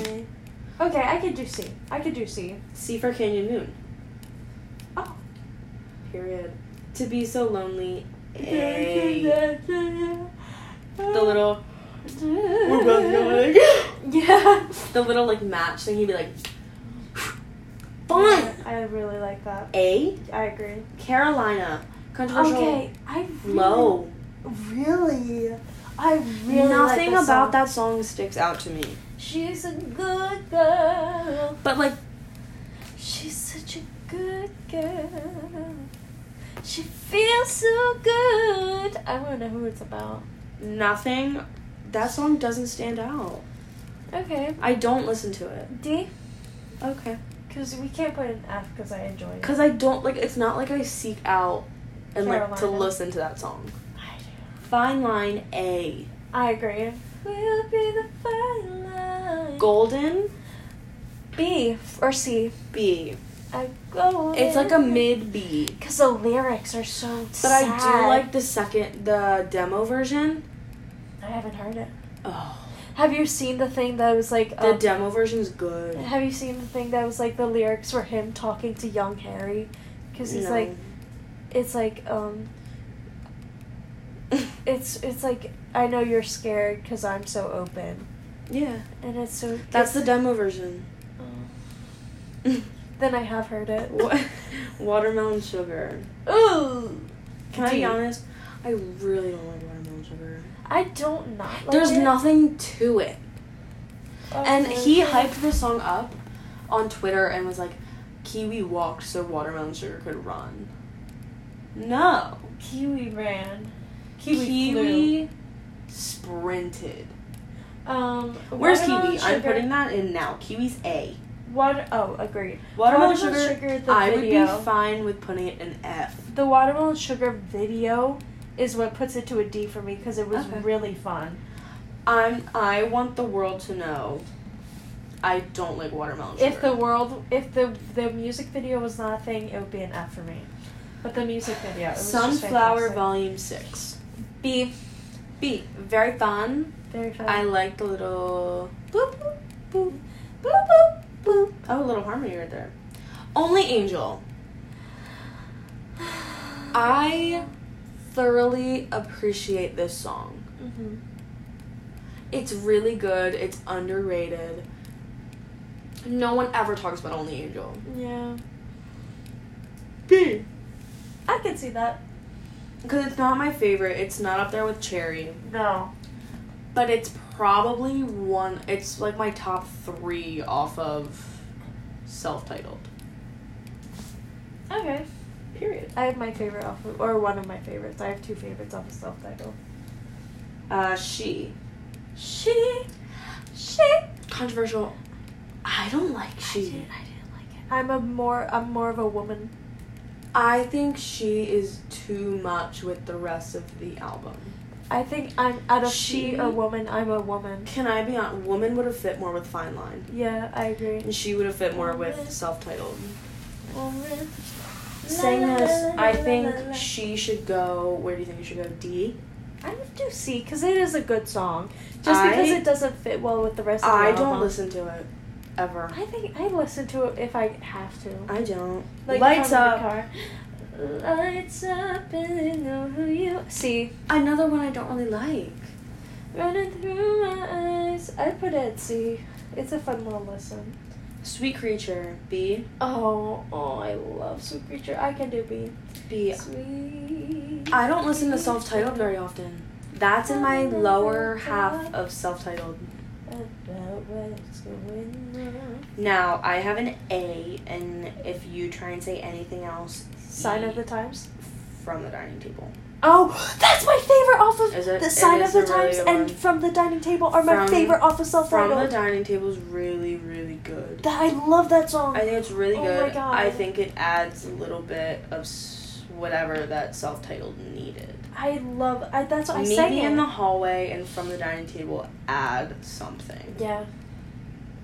[SPEAKER 2] Okay, I could do C. I could do C.
[SPEAKER 1] C for Canyon Moon.
[SPEAKER 2] Oh.
[SPEAKER 1] Period. To be so lonely. A.
[SPEAKER 2] The
[SPEAKER 1] The little
[SPEAKER 2] We're Yeah.
[SPEAKER 1] the little like match thing. He'd be like, fun.
[SPEAKER 2] I really like that.
[SPEAKER 1] A.
[SPEAKER 2] I agree.
[SPEAKER 1] Carolina. Controversial.
[SPEAKER 2] Okay, I really,
[SPEAKER 1] Low.
[SPEAKER 2] Really, I really like
[SPEAKER 1] Nothing
[SPEAKER 2] this
[SPEAKER 1] about
[SPEAKER 2] song.
[SPEAKER 1] that song sticks out to me.
[SPEAKER 2] She's a good girl.
[SPEAKER 1] But like,
[SPEAKER 2] She's such a good girl. She feels so good. I want to know who it's about.
[SPEAKER 1] nothing. That song doesn't stand out.
[SPEAKER 2] Okay,
[SPEAKER 1] I don't listen to it.
[SPEAKER 2] D.
[SPEAKER 1] Okay.
[SPEAKER 2] Because we can't put an F because I enjoyed it.
[SPEAKER 1] Cause I don't like. It's not like I seek out and like to
[SPEAKER 2] Carolina.
[SPEAKER 1] listen to that song.
[SPEAKER 2] I do.
[SPEAKER 1] Fine line A.
[SPEAKER 2] I agree. We'll be the fine line.
[SPEAKER 1] Golden
[SPEAKER 2] B or C.
[SPEAKER 1] B.
[SPEAKER 2] I go.
[SPEAKER 1] It's like a mid B.
[SPEAKER 2] Because the lyrics are so
[SPEAKER 1] But I do like the second, the demo version.
[SPEAKER 2] I haven't heard it.
[SPEAKER 1] Oh,
[SPEAKER 2] Have you seen the thing that was like
[SPEAKER 1] the
[SPEAKER 2] um,
[SPEAKER 1] demo version is good.
[SPEAKER 2] Have you seen the thing that was like the lyrics were him talking to young Harry? Because he's
[SPEAKER 1] No.
[SPEAKER 2] like, it's like, um, it's it's like I know you're scared because I'm so open,
[SPEAKER 1] yeah,
[SPEAKER 2] and it's so.
[SPEAKER 1] that's the
[SPEAKER 2] it's-
[SPEAKER 1] demo version.
[SPEAKER 2] Then I have heard it.
[SPEAKER 1] Wa- Watermelon sugar.
[SPEAKER 2] Ooh,
[SPEAKER 3] Can I be
[SPEAKER 1] Dude.
[SPEAKER 3] honest? I really don't like watermelon sugar.
[SPEAKER 2] I don't not. Like
[SPEAKER 1] There's
[SPEAKER 2] it.
[SPEAKER 1] nothing to it.
[SPEAKER 2] Oh,
[SPEAKER 1] And
[SPEAKER 2] no.
[SPEAKER 1] he hyped this song up on Twitter and was like, Kiwi walked so watermelon sugar could run. No.
[SPEAKER 2] Kiwi ran.
[SPEAKER 1] Kiwi,
[SPEAKER 3] flew.
[SPEAKER 1] sprinted.
[SPEAKER 2] Um,
[SPEAKER 3] Where's
[SPEAKER 2] watermelon
[SPEAKER 3] kiwi? I'm
[SPEAKER 2] sugar-
[SPEAKER 3] putting that in now. Kiwi's A.
[SPEAKER 2] Water. Oh, agreed.
[SPEAKER 1] Watermelon,
[SPEAKER 2] Watermelon
[SPEAKER 1] sugar,
[SPEAKER 2] sugar, the
[SPEAKER 1] I
[SPEAKER 2] video.
[SPEAKER 1] would be fine with putting it in F.
[SPEAKER 2] The watermelon sugar video is what puts it to a D for me because it was
[SPEAKER 1] Okay.
[SPEAKER 2] really fun.
[SPEAKER 1] I'm I want the world to know I don't like watermelon sugar.
[SPEAKER 2] If the world, if the the music video was not a thing, it would be an F for me. But the music video, it was
[SPEAKER 1] Sunflower
[SPEAKER 2] just fantastic.
[SPEAKER 1] Volume 6. B. B. Very fun.
[SPEAKER 2] Very fun.
[SPEAKER 3] Uh.
[SPEAKER 1] I like the little boop boop boop boop boop boop. Oh, a little harmony right there. Only Angel. I thoroughly appreciate this song.
[SPEAKER 2] Mhm.
[SPEAKER 1] It's really good. It's underrated. No one ever talks about Only Angel.
[SPEAKER 2] Yeah,
[SPEAKER 1] B.
[SPEAKER 2] I can see that.
[SPEAKER 1] Because it's not my favorite. It's not up there with Cherry,
[SPEAKER 2] No,
[SPEAKER 1] but it's probably one. It's like my top three off of self-titled.
[SPEAKER 2] okay.
[SPEAKER 1] Period.
[SPEAKER 2] I have my favorite off of, or one of my favorites. I have two favorites off of self title.
[SPEAKER 1] Uh, she.
[SPEAKER 2] She, she.
[SPEAKER 1] Controversial. I don't like she.
[SPEAKER 2] I didn't like it. I'm a more, I'm more of a woman.
[SPEAKER 1] I think she is too much with the rest of the album.
[SPEAKER 2] I think I'm out of she
[SPEAKER 1] She-
[SPEAKER 2] a woman. I'm a woman.
[SPEAKER 1] Can I be on? Woman would have fit more with Fine Line,
[SPEAKER 2] Yeah, I agree.
[SPEAKER 1] and she would have fit more with self titled.
[SPEAKER 2] Woman.
[SPEAKER 1] Saying this, I think she should go. Where do you think you should go? D.
[SPEAKER 2] I would do C because it is a good song. Just
[SPEAKER 1] I-
[SPEAKER 2] because it doesn't fit well with the rest of the
[SPEAKER 1] I
[SPEAKER 2] album.
[SPEAKER 1] don't listen to it ever.
[SPEAKER 2] I think I listen to it if I have to.
[SPEAKER 1] I don't.
[SPEAKER 2] Like, if
[SPEAKER 1] Lights
[SPEAKER 2] I'm
[SPEAKER 1] up.
[SPEAKER 2] In the car. Lights up and they know who you. See,
[SPEAKER 1] Another one I don't really like.
[SPEAKER 2] running through my eyes. I put it at C. It's a fun little listen.
[SPEAKER 1] Sweet Creature. B.
[SPEAKER 2] Oh, oh, I love Sweet Creature. I can do B.
[SPEAKER 1] B.
[SPEAKER 2] Sweet.
[SPEAKER 1] I don't listen to self titled very often. That's in my lower half of self titled.
[SPEAKER 2] About what's going on.
[SPEAKER 1] Now, I have an A, and if you try and say anything else,
[SPEAKER 2] Sign of
[SPEAKER 1] eat
[SPEAKER 2] the times.
[SPEAKER 1] from the dining table.
[SPEAKER 2] Oh, that's my favorite off of
[SPEAKER 1] Is it-
[SPEAKER 2] the
[SPEAKER 1] it
[SPEAKER 2] sign of
[SPEAKER 1] is
[SPEAKER 2] the
[SPEAKER 1] a really
[SPEAKER 2] times
[SPEAKER 1] good
[SPEAKER 2] and
[SPEAKER 1] one.
[SPEAKER 2] from the dining table are my
[SPEAKER 1] From-
[SPEAKER 2] favorite off of self
[SPEAKER 1] From the
[SPEAKER 2] titled.
[SPEAKER 1] dining table is really, really good.
[SPEAKER 2] That I love that song.
[SPEAKER 1] I think it's really
[SPEAKER 2] Oh
[SPEAKER 1] good.
[SPEAKER 2] my God.
[SPEAKER 1] I think it adds a little bit of s- whatever that self titled needed.
[SPEAKER 2] I love. I that's what I
[SPEAKER 1] Meet
[SPEAKER 2] sang
[SPEAKER 1] me
[SPEAKER 2] it.
[SPEAKER 1] in the hallway and from the dining table add something.
[SPEAKER 2] yeah.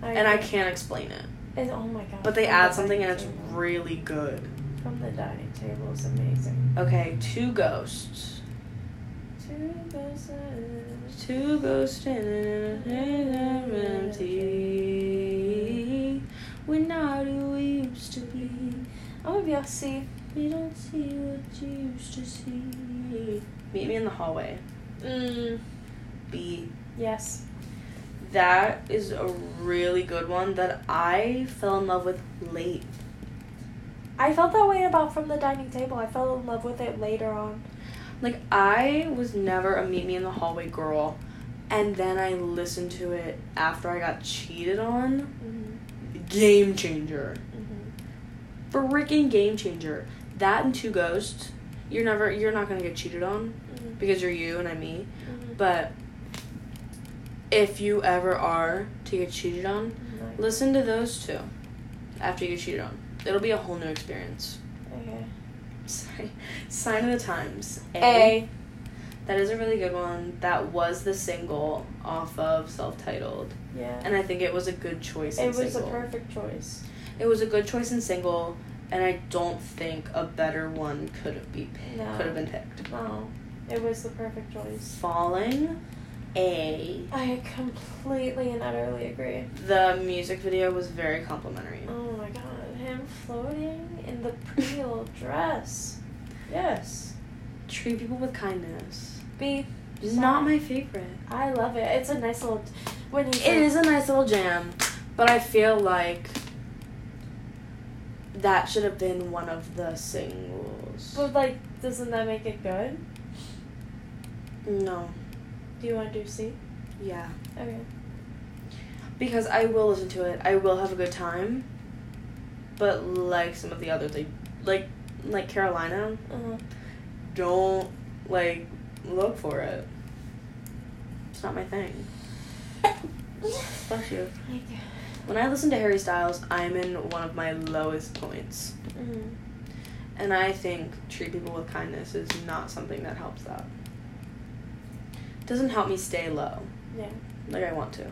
[SPEAKER 2] I
[SPEAKER 1] And I
[SPEAKER 2] agree.
[SPEAKER 1] can't explain it,
[SPEAKER 2] And, oh my god.
[SPEAKER 1] but they
[SPEAKER 2] From
[SPEAKER 1] add
[SPEAKER 2] the
[SPEAKER 1] something and
[SPEAKER 2] dining
[SPEAKER 1] it's
[SPEAKER 2] table.
[SPEAKER 1] really good.
[SPEAKER 2] from the dining table is amazing.
[SPEAKER 1] Okay, two ghosts.
[SPEAKER 2] Two buses.
[SPEAKER 1] Two ghosts standing in an empty. We're not who we used to be.
[SPEAKER 2] I'm gonna be off C.
[SPEAKER 1] We don't see what you used to see. Meet me in the hallway.
[SPEAKER 2] Mm.
[SPEAKER 1] B.
[SPEAKER 2] Yes.
[SPEAKER 1] That is a really good one that I fell in love with late.
[SPEAKER 2] I felt that way about from the dining table. I fell in love with it later on.
[SPEAKER 1] Like I was never a meet me in the hallway girl, and then I listened to it after I got cheated on.
[SPEAKER 2] Mm-hmm.
[SPEAKER 1] Game changer.
[SPEAKER 2] Mm-hmm.
[SPEAKER 1] freaking game changer. That and two ghosts. You're never you're not gonna get cheated on because you're you and I'm me.
[SPEAKER 2] Mm-hmm.
[SPEAKER 1] But if you ever are to get cheated on, listen to those two after you get cheated on. It'll be a whole new experience.
[SPEAKER 2] Okay.
[SPEAKER 1] Sorry. Sign of the Times.
[SPEAKER 2] A.
[SPEAKER 1] That is a really good one. That was the single off of self titled.
[SPEAKER 2] Yeah.
[SPEAKER 1] And I think it was a good choice in
[SPEAKER 2] it was
[SPEAKER 1] single.
[SPEAKER 2] a perfect choice.
[SPEAKER 1] it was a good choice in single, and I don't think a better one could have be
[SPEAKER 2] No.
[SPEAKER 1] could have been picked.
[SPEAKER 2] No. It was the perfect choice.
[SPEAKER 1] Falling, a
[SPEAKER 2] I completely and utterly agree.
[SPEAKER 1] the music video was very complimentary.
[SPEAKER 2] Oh my god, him floating in the pretty little dress.
[SPEAKER 3] Yes.
[SPEAKER 1] Treat people with kindness.
[SPEAKER 2] B.
[SPEAKER 1] Not my favorite.
[SPEAKER 2] I love it. It's a nice little when he's
[SPEAKER 1] It is a nice little jam, but I feel like that should have been one of the singles.
[SPEAKER 2] But like Doesn't that make it good?
[SPEAKER 1] No.
[SPEAKER 2] Do you want to do C?
[SPEAKER 1] Yeah.
[SPEAKER 2] Okay.
[SPEAKER 1] Because I will listen to it. I will have a good time. But like some of the others, like like like Carolina,
[SPEAKER 2] Uh-huh.
[SPEAKER 1] don't like look for it. It's not my thing. Bless you. When I listen to Harry Styles, I'm in one of my lowest points.
[SPEAKER 2] Mm.
[SPEAKER 1] And I think treat people with kindness is not something that helps that. Doesn't help me stay low
[SPEAKER 2] Yeah.
[SPEAKER 1] like I want to.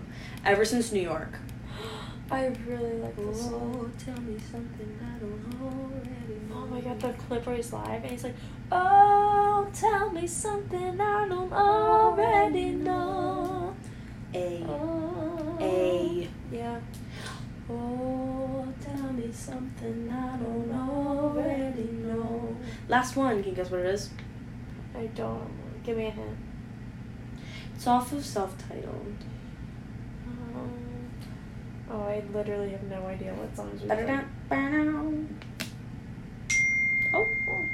[SPEAKER 1] Ever since New York.
[SPEAKER 2] I really like this song.
[SPEAKER 1] Oh, tell me something I don't already
[SPEAKER 2] Oh my god, the clip where he's live and he's like, Oh, tell me something I don't already know.
[SPEAKER 1] A
[SPEAKER 2] Oh.
[SPEAKER 1] A
[SPEAKER 2] Yeah.
[SPEAKER 1] Oh, tell me something I don't already know. Last one, can you guess what it is?
[SPEAKER 2] I don't. Give me a hint.
[SPEAKER 1] It's off of self-titled. Uh-huh.
[SPEAKER 2] Um, oh, I literally have no idea what songs we
[SPEAKER 1] Ba-da-da,
[SPEAKER 2] sang.
[SPEAKER 1] ba-da. Oh. oh.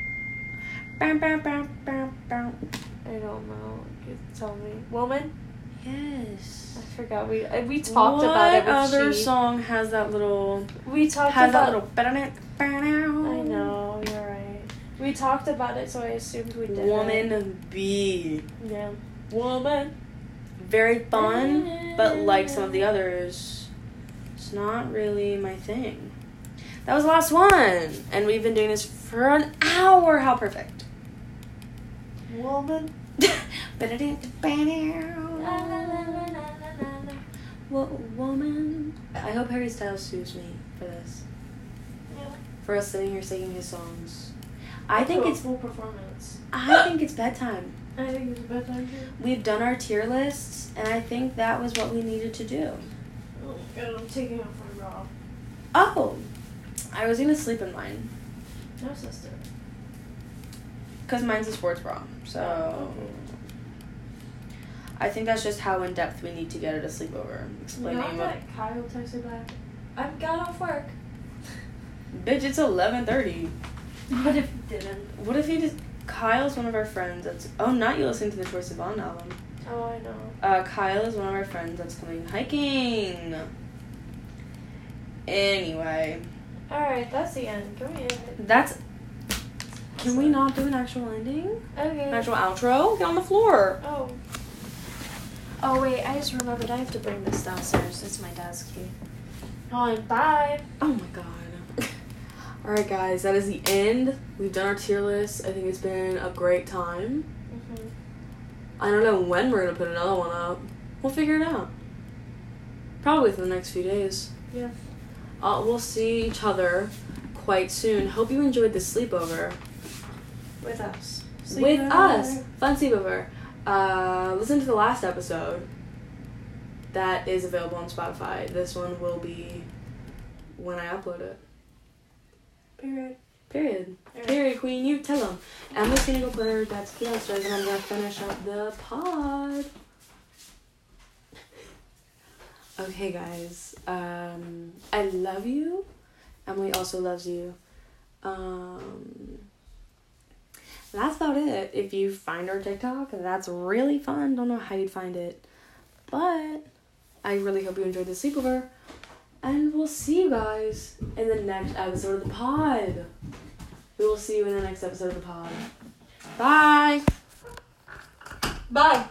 [SPEAKER 1] Bow, bow, bow, bow, bow.
[SPEAKER 2] I don't know. Just tell me. Woman?
[SPEAKER 1] Yes.
[SPEAKER 2] I forgot. We uh, we talked about it.
[SPEAKER 1] What
[SPEAKER 2] With
[SPEAKER 1] other
[SPEAKER 2] she.
[SPEAKER 1] song has that little
[SPEAKER 2] We talked
[SPEAKER 1] has that
[SPEAKER 2] about.
[SPEAKER 1] little
[SPEAKER 2] I
[SPEAKER 1] I
[SPEAKER 2] know. You're right. We talked about it, so I assumed we did. It.
[SPEAKER 1] Woman B.
[SPEAKER 2] Yeah. Woman.
[SPEAKER 1] Very fun, but like some of the others, it's not really my thing. That was the last one, and we've been doing this for an hour. How perfect.
[SPEAKER 2] Woman.
[SPEAKER 1] Wo- Woman. I hope Harry Styles sues me for this. For us sitting here singing his songs. I think it's
[SPEAKER 2] full performance.
[SPEAKER 1] I think it's bedtime.
[SPEAKER 2] I think it's a bad idea.
[SPEAKER 1] We've done our tier lists, and I think that was what we needed to do.
[SPEAKER 2] Oh my god, I'm taking off my bra.
[SPEAKER 1] Oh, I was gonna sleep in mine
[SPEAKER 2] No sister.
[SPEAKER 1] because mine's a sports bra. So I think that's just how in depth we need to get at a sleepover.
[SPEAKER 2] You know
[SPEAKER 1] Explaining, what,
[SPEAKER 2] that Kyle texted back. I've got off work.
[SPEAKER 1] bitch, it's eleven thirty.
[SPEAKER 2] What if he didn't?
[SPEAKER 1] What if he just Kyle's one of our friends that's oh not you listening to the Troy Sivan album.
[SPEAKER 2] Oh, I know.
[SPEAKER 1] Uh, Kyle is one of our friends that's coming hiking. Anyway,
[SPEAKER 2] All right, that's the end. Can we end it?
[SPEAKER 1] that's. Can we not do an actual ending?
[SPEAKER 2] Okay.
[SPEAKER 1] An actual outro? Get on the floor.
[SPEAKER 2] Oh. Oh wait, I just remembered I have to bring this downstairs. It's my dad's key. Oh, bye.
[SPEAKER 1] Oh my god. Alright, guys, that is the end. We've done our tier list. I think it's been a great time.
[SPEAKER 2] Mm-hmm.
[SPEAKER 1] I don't know when we're gonna put another one up. We'll figure it out. Probably within the next few days.
[SPEAKER 2] Yeah.
[SPEAKER 1] Uh, we'll see each other quite soon. Hope you enjoyed the sleepover
[SPEAKER 2] With us.
[SPEAKER 1] with us. Fun sleepover. Uh, listen to the last episode. That is available on Spotify. This one will be when I upload it.
[SPEAKER 2] Period.
[SPEAKER 1] Period.
[SPEAKER 2] Alright.
[SPEAKER 1] Period, Queen. You tell them. Emily's gonna go put her dad's key downstairs, and I'm gonna finish up the pod. Okay, guys. Um, I love you. Emily also loves you. Um, that's about it. If you find our TikTok, that's really fun. Don't know how you'd find it, but I really hope you enjoyed the sleepover. And we'll see you guys in the next episode of the pod. We will see you in the next episode of the pod. Bye.
[SPEAKER 2] Bye.